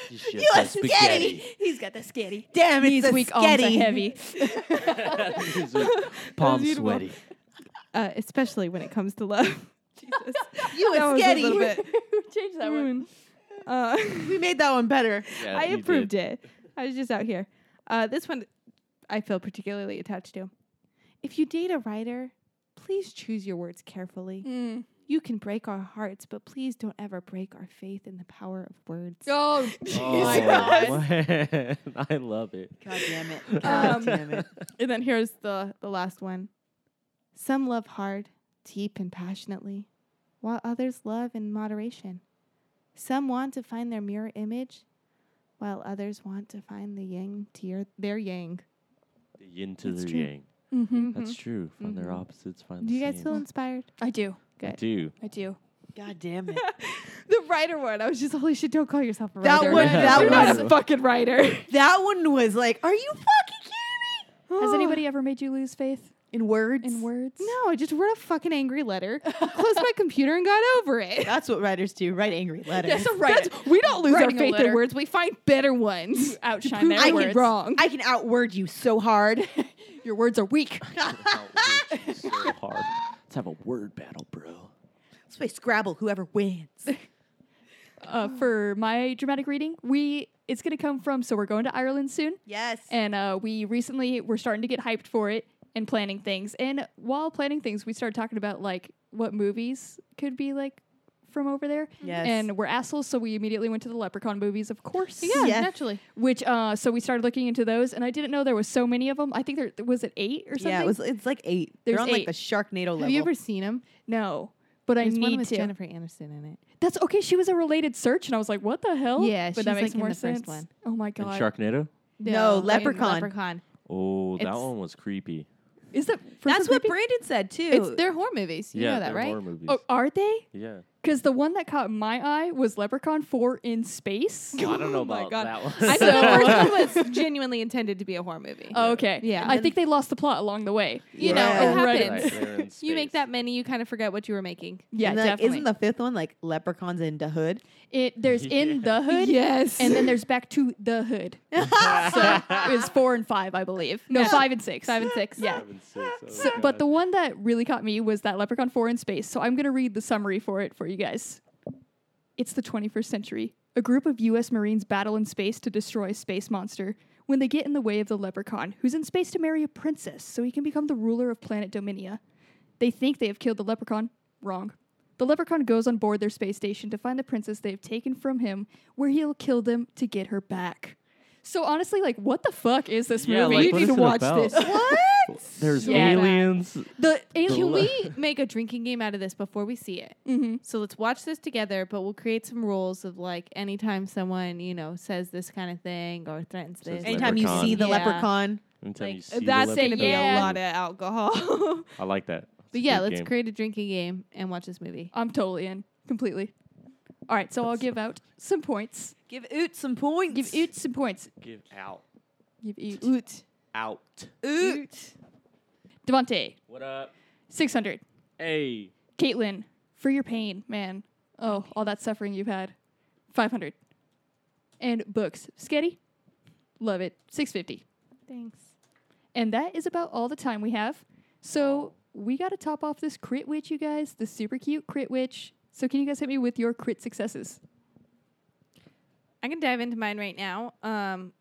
S3: You a spaghetti.
S1: He's got the scary.
S3: Damn, it's
S1: These
S3: a
S1: weak arms
S3: spaghetti.
S1: are heavy.
S2: These are Palm
S4: beautiful.
S2: sweaty.
S4: uh, especially when it comes to love. Jesus,
S3: You
S4: That
S3: a
S4: was a
S3: spaghetti.
S4: little bit-
S1: Change that one.
S4: Mm. Uh,
S3: we made that one better.
S2: Yeah,
S4: I
S2: you did.
S4: approved it. I was just out here. Uh, this one I feel particularly attached to. If you date a writer, please choose your words carefully.
S1: Mm.
S4: You can break our hearts, but please don't ever break our faith in the power of words.
S1: Oh,
S2: Oh,
S1: my God.
S2: man. I love it.
S3: God damn it.
S4: God
S3: God
S4: Um,
S3: damn it.
S4: And then here's the, the last one. Some love hard, deep, and passionately, while others love in moderation. Some want to find their mirror image, while others want to find the yang to your, their yang.
S2: The yin to
S4: That's
S2: the
S4: true.
S2: yang.
S1: Mhm.
S2: That's true. Find their
S4: Mhm.
S2: opposites. Find
S4: Do
S2: the
S4: you guys
S2: same.
S4: feel inspired?
S1: I do.
S2: I
S4: good?
S2: do.
S1: I do.
S3: God damn it.
S4: the writer one. I was just, holy shit, don't call yourself a
S3: That
S4: writer.
S3: one-
S2: that
S4: You're not a
S2: one-
S4: fucking writer.
S3: That one was like, are you fucking
S1: Has anybody ever made you lose faith
S3: kidding? In words.
S1: in words?
S4: No, I just wrote a fucking angry letter, closed my computer, and got over it.
S3: That's what writers do. Write angry letters.
S1: That's a writer.
S4: we don't lose our
S1: Writing a
S4: faith in
S1: letter.
S4: words. We find better ones.
S1: Outshine
S4: Prove
S1: their
S4: I
S1: words.
S4: can wrong.
S3: I can outword you so hard.
S1: Your words are weak.
S2: Oh, so hard. Let's have a word battle, bro.
S3: Let's play Scrabble, whoever wins.
S1: uh, for my dramatic reading. We it's going to come from so we're going to Ireland soon,
S3: Yes.
S1: and uh, we recently we're starting to get hyped for it and planning things. And while planning things, we started talking about like what movies could be like from over there.
S3: Yes.
S1: And we're assholes, so we immediately went to the Leprechaun movies, of course.
S4: Yeah,
S3: Yeah.
S4: naturally.
S1: Which uh, so we started looking into those, and I didn't know there was so many of them. I think there was it eight or something.
S3: yeah, it was, it's like eight.
S1: There's
S3: They're on like
S1: eight.
S3: the Sharknado level.
S4: Have you ever seen them?
S1: no. but I
S3: There's one
S1: need
S3: with
S1: to.
S3: Jennifer Aniston in it.
S1: That's okay. She was a related search, and I was like, what the hell?
S3: Yeah,
S1: but
S3: she's,
S1: that
S3: like,
S1: makes
S3: in
S1: more
S3: the
S1: sense.
S3: first one.
S1: Oh my
S2: And
S1: god!
S2: Sharknado.
S3: No,
S4: in
S3: Leprechaun.
S4: Leprechaun.
S2: Oh, that
S1: It's-
S2: one was creepy.
S1: Is that first
S3: That's
S1: one
S3: what
S1: creepy?
S3: Brandon said too.
S4: It's they're horror movies. You
S2: yeah,
S4: know that,
S2: they're
S4: right?
S2: horror movies.
S1: Oh, are they?
S2: Yeah.
S1: Because the one that caught my eye was Leprechaun Four in Space.
S2: I don't know
S4: Oh my
S2: about
S4: God.
S2: that one.
S4: I thought the first one was genuinely intended to be a horror movie.
S1: Oh, okay.
S4: Yeah.
S1: I think they lost the plot along the way.
S4: you
S2: Right.
S4: know, it
S1: Right.
S4: happens.
S2: Right, they're in
S4: You make
S2: space.
S4: that many, you kind of forget what you were making.
S1: Yeah,
S3: And then, like,
S1: definitely.
S3: Isn't the fifth one like leprechauns in the hood?
S1: it, there's in the hood.
S4: Yes.
S1: And then there's back to the hood. so it's four and five, I believe. No,
S4: Yeah.
S1: five and six.
S4: Five and six.
S1: Yeah.
S2: Seven, six, oh
S1: So-
S2: God.
S1: but the one that really caught me was that Leprechaun 4 in Space. So I'm going to read the summary for it for you guys. It's the 21st century. A group of U.S. Marines battle in space to destroy a space monster when they get in the way of the Leprechaun, who's in space to marry a princess so he can become the ruler of planet Dominia. They think they have killed the Leprechaun. Wrong. The Leprechaun goes on board their space station to find the princess they have taken from him, where he'll kill them to get her back. So honestly, like, what the fuck is this
S2: Yeah,
S1: movie?
S2: like, You what need is to it watch about? this.
S4: What?
S2: There's
S1: Yeah.
S2: aliens.
S1: The
S4: Can
S1: alien.
S4: we make a drinking game out of this before we see it?
S1: Mhm.
S4: So let's watch this together, but we'll create some rules of like anytime someone, you know, says this kind of thing or threatens
S2: Says
S4: this.
S2: Leprechaun.
S3: Anytime you see the
S4: Yeah.
S3: leprechaun,
S2: Anytime
S4: like,
S2: you see the
S4: that's going to be
S2: leprechaun.
S4: a lot of alcohol.
S2: I like that. It's a
S4: but yeah,
S2: good
S4: let's
S2: game.
S4: create a drinking game and watch this movie.
S1: I'm totally in. Completely. All right, so I'll give out some points.
S3: give Oot some points.
S1: Give Oot some points.
S2: Give out,
S1: Give Oot.
S4: Oot.
S2: out.
S3: Oot.
S1: Devante,
S2: What up?
S1: 600.
S2: Hey,
S1: Caitlin, for your pain, man. Oh, all that suffering you've had. 500. And books. Sketty, love it. 650.
S4: Thanks.
S1: And that is about all the time we have. So we got to top off this crit witch, you guys. The super cute crit witch. So can you guys hit me with your crit successes?
S4: I can dive into mine right now. Um,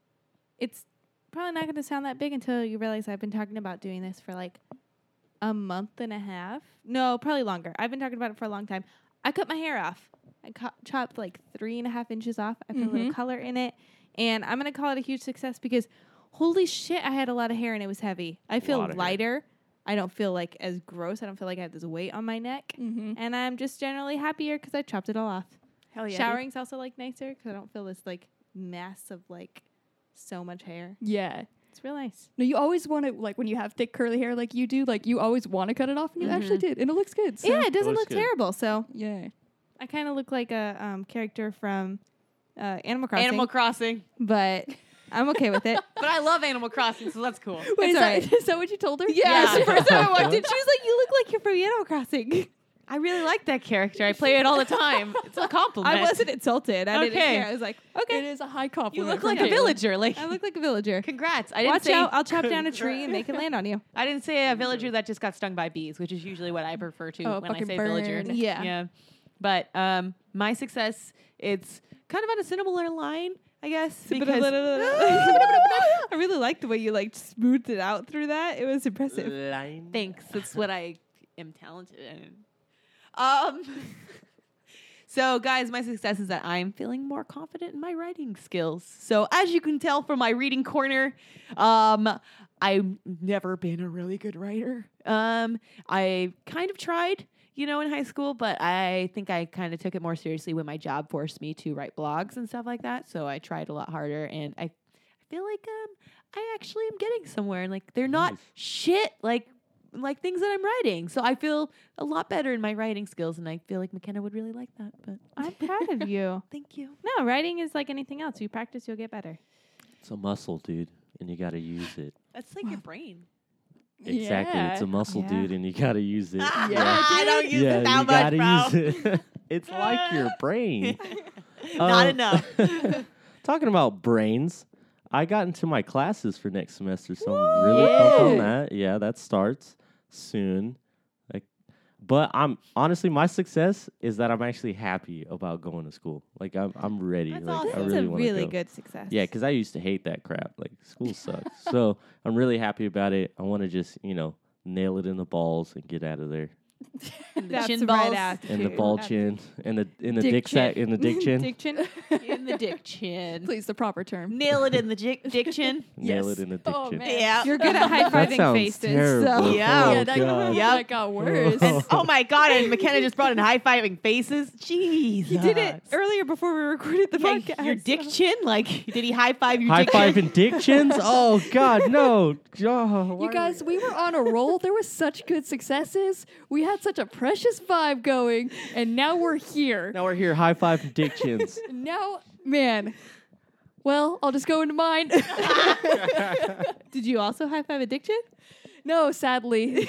S4: it's probably not going to sound that big until you realize I've been talking about doing this for like a month and a half. No, probably longer. I've been talking about it for a long time. I cut my hair off. I co- chopped like three and a half inches off. I put a
S2: Mm-hmm.
S4: little
S1: Mhm.
S4: color in it, and I'm going to call it a huge success because holy shit, I had a lot of hair and it was heavy. I feel
S2: Lot of hair.
S4: lighter. I don't feel like as gross. I don't feel like I have this weight on my neck.
S1: Mm-hmm.
S4: And I'm just generally happier because I chopped it all off.
S1: Hell
S4: Showering's also like nicer because I don't feel this like mass of like so much hair.
S1: Yeah.
S4: It's real nice.
S1: No, you always want to like when you have thick curly hair like you do, like you always want to cut it off, and you actually did, and it looks good. So.
S4: yeah, it doesn't
S2: looks
S4: look
S2: good.
S4: terrible. So
S1: yeah.
S4: I kind of look like a um, character from uh, Animal Crossing,
S3: Animal Crossing.
S4: but I'm okay with it.
S3: But I love Animal Crossing, so that's cool.
S1: Wait,
S4: It's
S1: is that,
S4: alright.
S1: is that what you told her?
S4: Yeah,
S3: Yeah.
S4: the first time I walked in, she was like, "You look like you're from Animal Crossing."
S3: I really like that character. I play it all the time. It's a compliment.
S4: I wasn't insulted. I didn't
S3: Okay.
S4: care. I was like,
S1: It
S4: "Okay,
S1: is a high compliment.
S3: You look
S1: from
S3: like a
S1: Caitlin.
S3: villager. Like,
S4: I look like a villager."
S3: congrats. I didn't
S4: Watch
S3: say
S4: out! I'll chop down a tree and they can land on you.
S3: I didn't say a villager that just got stung by bees, which is usually what I prefer to
S1: Oh,
S3: when I
S1: fucking
S3: say villager.
S1: burn.
S4: Yeah.
S3: Yeah. But um, my success, it's kind of on a similar line, I guess. because-
S4: I really liked the way you like smoothed it out through that. It was
S2: Uh,
S4: impressive.
S2: line.
S3: Thanks. That's what I am talented in. Um, so, guys, my success is that I'm feeling more confident in my writing skills. So, as you can tell from my reading corner, um, I've never been a really good writer. Um, I kind of tried, you know, in high school, but I think I kind of took it more seriously when my job forced me to write blogs and stuff like that. So, I tried a lot harder, and I, I feel like um, I actually am getting somewhere. And like, they're not
S2: Nice.
S3: shit. Like like things that I'm writing. So I feel a lot better in my writing skills, and I feel like McKenna would really like that. But
S4: I'm proud of you.
S3: thank you.
S4: No, writing is like anything else. You practice, you'll get better.
S2: It's a muscle, dude, and you got to use it.
S3: That's like your brain.
S2: Exactly. It's a muscle,
S4: Yeah.
S2: dude, and you got to use it.
S1: Yeah,
S3: I don't use
S2: yeah,
S3: it that
S2: you
S3: much,
S2: gotta
S3: bro.
S2: use it. it's like your brain.
S3: Not
S2: Uh,
S3: enough.
S2: Talking about brains, I got into my classes for next semester, so I'm really pumped on
S1: Woo!
S2: that. Yeah, that starts soon. Like, but I'm honestly, my success is that I'm actually happy about going to school. Like, I'm I'm ready.
S3: That's
S2: like,
S3: awesome.
S2: I
S4: That's
S2: really
S4: a
S2: want to
S4: really
S2: go.
S4: good success.
S2: Yeah, because I used to hate that crap. Like school sucks. so I'm really happy about it. I want to just you know nail it in the balls and get out of there.
S3: And the
S4: That's
S3: chin
S4: the
S3: balls.
S4: right attitude.
S2: and the ball chin and the in the
S4: Dick
S2: dick, sack
S4: chin.
S2: in the dick chin.
S4: dick chin.
S3: In the dick chin.
S1: Please, the proper term.
S3: Nail it in the dick, dick chin.
S2: Nail
S1: Yes.
S2: it in the dick
S1: Oh,
S2: chin.
S1: man.
S3: yeah.
S4: You're good at high
S2: That
S4: fiving
S2: sounds
S4: faces.
S2: terrible.
S4: So
S3: Yeah.
S2: Oh,
S1: yeah, that,
S2: God.
S1: that got worse.
S2: And-
S3: oh my god! And McKenna just brought in high fiving faces. Jeez,
S4: he did it earlier before we recorded the podcast.
S3: Your dick chin? Like, did he high five your
S2: High
S3: dick
S2: five
S3: chin?
S2: and dick chins? Oh God, no! Oh, why
S1: You
S2: are
S1: guys, we were on a roll. There was such good successes. We had such a precious vibe going, and now we're here.
S2: now we're here. High five and dick chins.
S1: Now, man. Well, I'll just go into mine.
S4: Did you also high five a dick chin?
S1: no, sadly.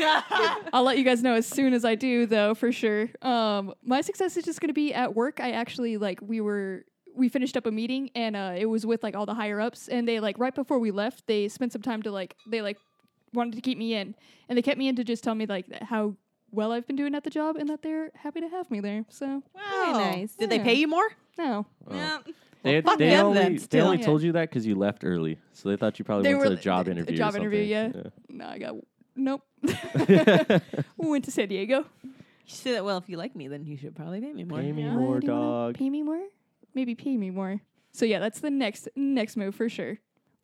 S1: I'll let you guys know as soon as I do, though, for sure. Um, my success is just gonna be at work. I actually like we were we finished up a meeting and uh, it was with like all the higher ups, and they like right before we left, they spent some time to like they like wanted to keep me in, and they kept me in to just tell me like how well I've been doing at the job and that they're happy to have me there. So
S3: Wow.
S4: nice.
S3: Did they
S1: Yeah.
S3: pay you more?
S1: no,
S2: Oh.
S4: No.
S2: They,
S3: fuck
S2: they
S3: them
S2: only,
S3: then,
S2: they
S3: still.
S2: only
S1: Yeah.
S2: told you that because you left early, so they thought you probably
S1: They
S2: went
S1: were-
S2: to a job
S1: a
S2: interview. or
S1: job interview,
S2: something.
S1: no, I got nope.
S2: Yeah.
S1: Went to San Diego.
S3: She said that. Well, if you like me, then you should probably pay me more.
S2: Pay me
S1: Yeah.
S2: more,
S1: Do you wanna
S2: dog.
S1: Pay me more? Maybe pay me more. So yeah, that's the next next move for sure.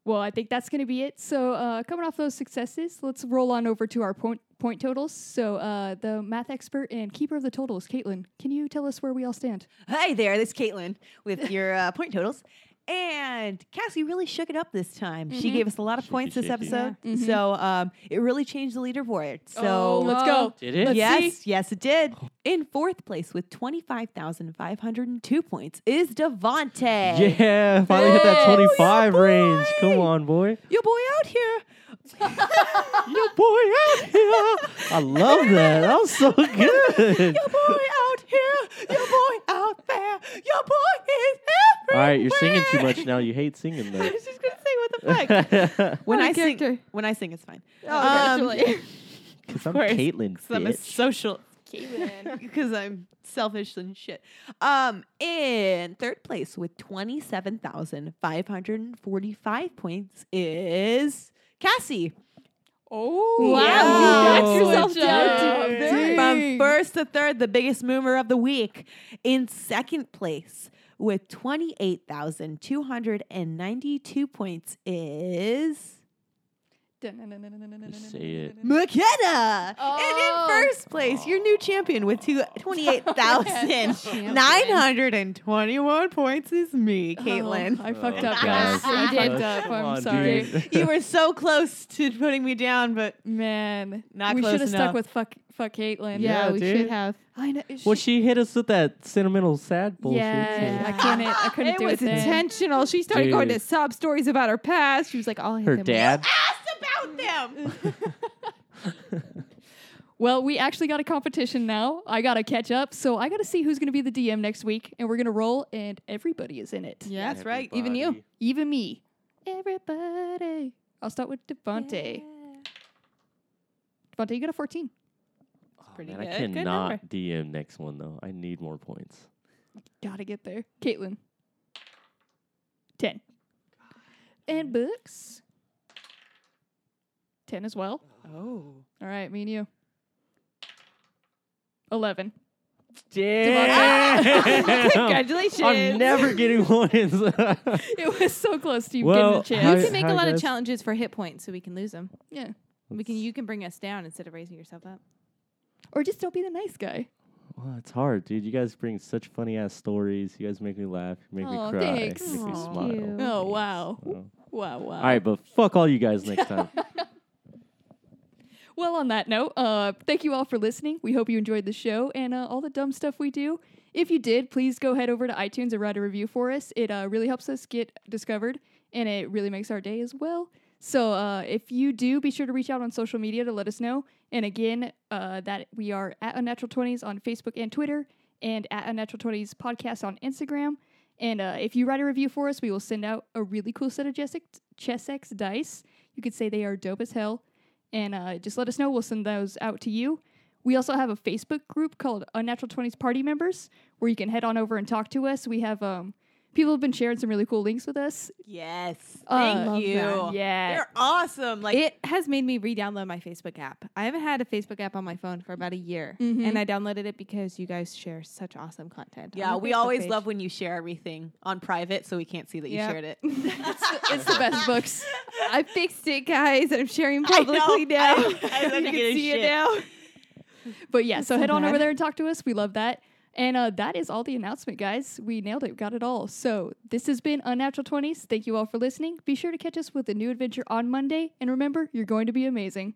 S1: Well, I think that's gonna be it. So uh, coming off those successes, let's roll on over to our point point totals. So uh, the math expert and keeper of the totals, Caitlin, can you tell us where we all stand?
S3: Hi there, this is Caitlin with your uh, point totals. And Cassie really shook it up this time. She
S1: Mhm.
S3: gave us a lot of
S2: Shaky,
S3: points this
S2: shaky.
S3: episode.
S1: Yeah. Mhm.
S3: So um, it really changed the leaderboard. So
S1: Oh, let's go.
S2: Did it?
S1: Let's
S3: yes,
S1: see.
S3: yes, it did. In fourth place with 25,502 points is Devontae.
S2: Yeah, finally hit that
S1: Yay.
S2: 25 range. Come on, boy.
S3: Your boy out here.
S2: Your boy out here. I love that. That was so good.
S3: Your boy out here. Your boy out there. Your boy is everywhere.
S2: All right, you're singing too much now. You hate singing
S3: I
S2: though.
S3: was just gonna say, what the fuck? when
S4: What a
S3: I sing,
S4: character.
S3: when I sing, it's fine.
S4: Oh,
S3: Um,
S4: Julie.
S2: Because I'm
S3: course.
S2: Caitlin.
S3: Because I'm a
S2: bitch.
S3: social. Because I'm selfish and shit. Um, in third place with twenty seven thousand five hundred and forty five points is Cassie.
S1: Oh
S4: Wow,
S3: Yeah.
S1: you got
S2: Oh,
S1: yourself
S4: good
S1: down
S4: job.
S1: to a
S4: Dang.
S3: From
S1: very-
S3: first to third, the biggest moomer of the week. In second place with twenty eight thousand two hundred and ninety two points is.
S2: Just say it.
S3: McKenna.
S1: Oh.
S3: And in first place, your new champion with two, 28,921 points is me, Caitlin.
S1: Oh, I fucked
S2: Oh,
S1: up,
S2: guys.
S1: guys. I fucked
S2: Come
S1: up. I'm
S2: on,
S1: sorry.
S2: dude.
S3: you were so close to putting me down, but
S1: Man,
S3: Not
S1: we
S3: close
S1: should have
S3: enough.
S1: stuck with fuck, fuck Caitlyn.
S2: Yeah,
S4: Yeah, Oh, we should
S2: dude.
S4: have.
S1: I know.
S2: Well, she hit us with that sentimental sad bullshit.
S1: yeah,
S2: too.
S1: I couldn't. e, I couldn't
S4: it
S1: do
S4: was
S1: it. then.
S4: intentional. She started going to
S2: Dude.
S4: sob stories about her past. She was like, "I'll hit
S2: Her
S4: them."
S2: dad.
S3: asked about them.
S1: Well, we actually got a competition now. I gotta catch up, so I gotta see who's gonna be the DM next week, and we're gonna roll, and everybody is in it.
S4: Yeah,
S3: That's right,
S4: even you.
S2: Everybody.
S1: Even me. Everybody. I'll start with Devonte. Devonte, you got a fourteen.
S2: Oh,
S3: pretty
S2: man,
S3: good.
S2: I
S3: Good
S2: cannot
S3: number.
S2: DM next one though. I need more points.
S1: Gotta get there. Caitlin. Ten. And books. Ten as well.
S3: Oh.
S1: All right, me and you. Eleven.
S2: Damn!
S4: Congratulations!
S2: I'm never getting points.
S1: It was so close to you
S2: Well,
S1: getting a
S2: how-
S1: chance.
S4: You can make
S2: hi,
S4: a lot
S2: guys.
S4: of challenges for hit points, so we can lose them.
S1: yeah.
S4: We can. You can bring us down instead of raising yourself up.
S1: Or just don't be the nice guy.
S2: Well, it's hard, dude. You guys bring such funny ass stories. You guys make me laugh. You make
S1: Aw,
S2: me cry. You
S1: thanks.
S2: make me
S3: Aw.
S2: smile.
S4: Cute. Oh,
S1: Oh,
S2: Thanks.
S1: wow.
S2: Well,
S1: Wow, wow.
S2: All right, but fuck all you guys next time.
S1: Well, on that note, uh, thank you all for listening. We hope you enjoyed the show and uh, all the dumb stuff we do. If you did, please go head over to iTunes and write a review for us. It uh, really helps us get discovered and it really makes our day as well. So uh, if you do, be sure to reach out on social media to let us know. And again, uh, that we are at Unnatural 20s on Facebook and Twitter and at Unnatural 20s Podcast on Instagram. And uh, if you write a review for us, we will send out a really cool set of Jessex, Chessex dice. You could say they are dope as hell and uh, just let us know. We'll send those out to you. We also have a Facebook group called Unnatural Twenties Party Members, where you can head on over and talk to us. We have um, People have been sharing some really cool links with us.
S3: Yes.
S1: Uh,
S3: Thank
S1: love
S3: you.
S4: that.
S1: Yeah.
S3: You're awesome. Like
S4: it has made me re-download my Facebook app. I haven't had a Facebook app on my phone for about a year,
S3: Mm-hmm.
S1: Mhm.
S4: and I downloaded it because you guys share such awesome content. on
S3: Yeah,
S4: your
S3: we
S4: Facebook
S3: always
S4: page.
S3: love when you share everything on private so we can't see that you
S4: Yep.
S3: shared it.
S1: it's the best books.
S4: I fixed it, guys. I'm sharing
S3: I know,
S4: publicly now.
S3: I- I thought you
S4: you can
S3: gave a
S4: see
S3: shit.
S4: it now.
S1: But yeah, so,
S4: so
S1: head on over
S4: bad.
S1: there and talk to us. We love that. And uh, that is all the announcement, guys. We nailed it. Got it all. So this has been Unnatural 20s. Thank you all for listening. Be sure to catch us with a new adventure on Monday. And remember, you're going to be amazing.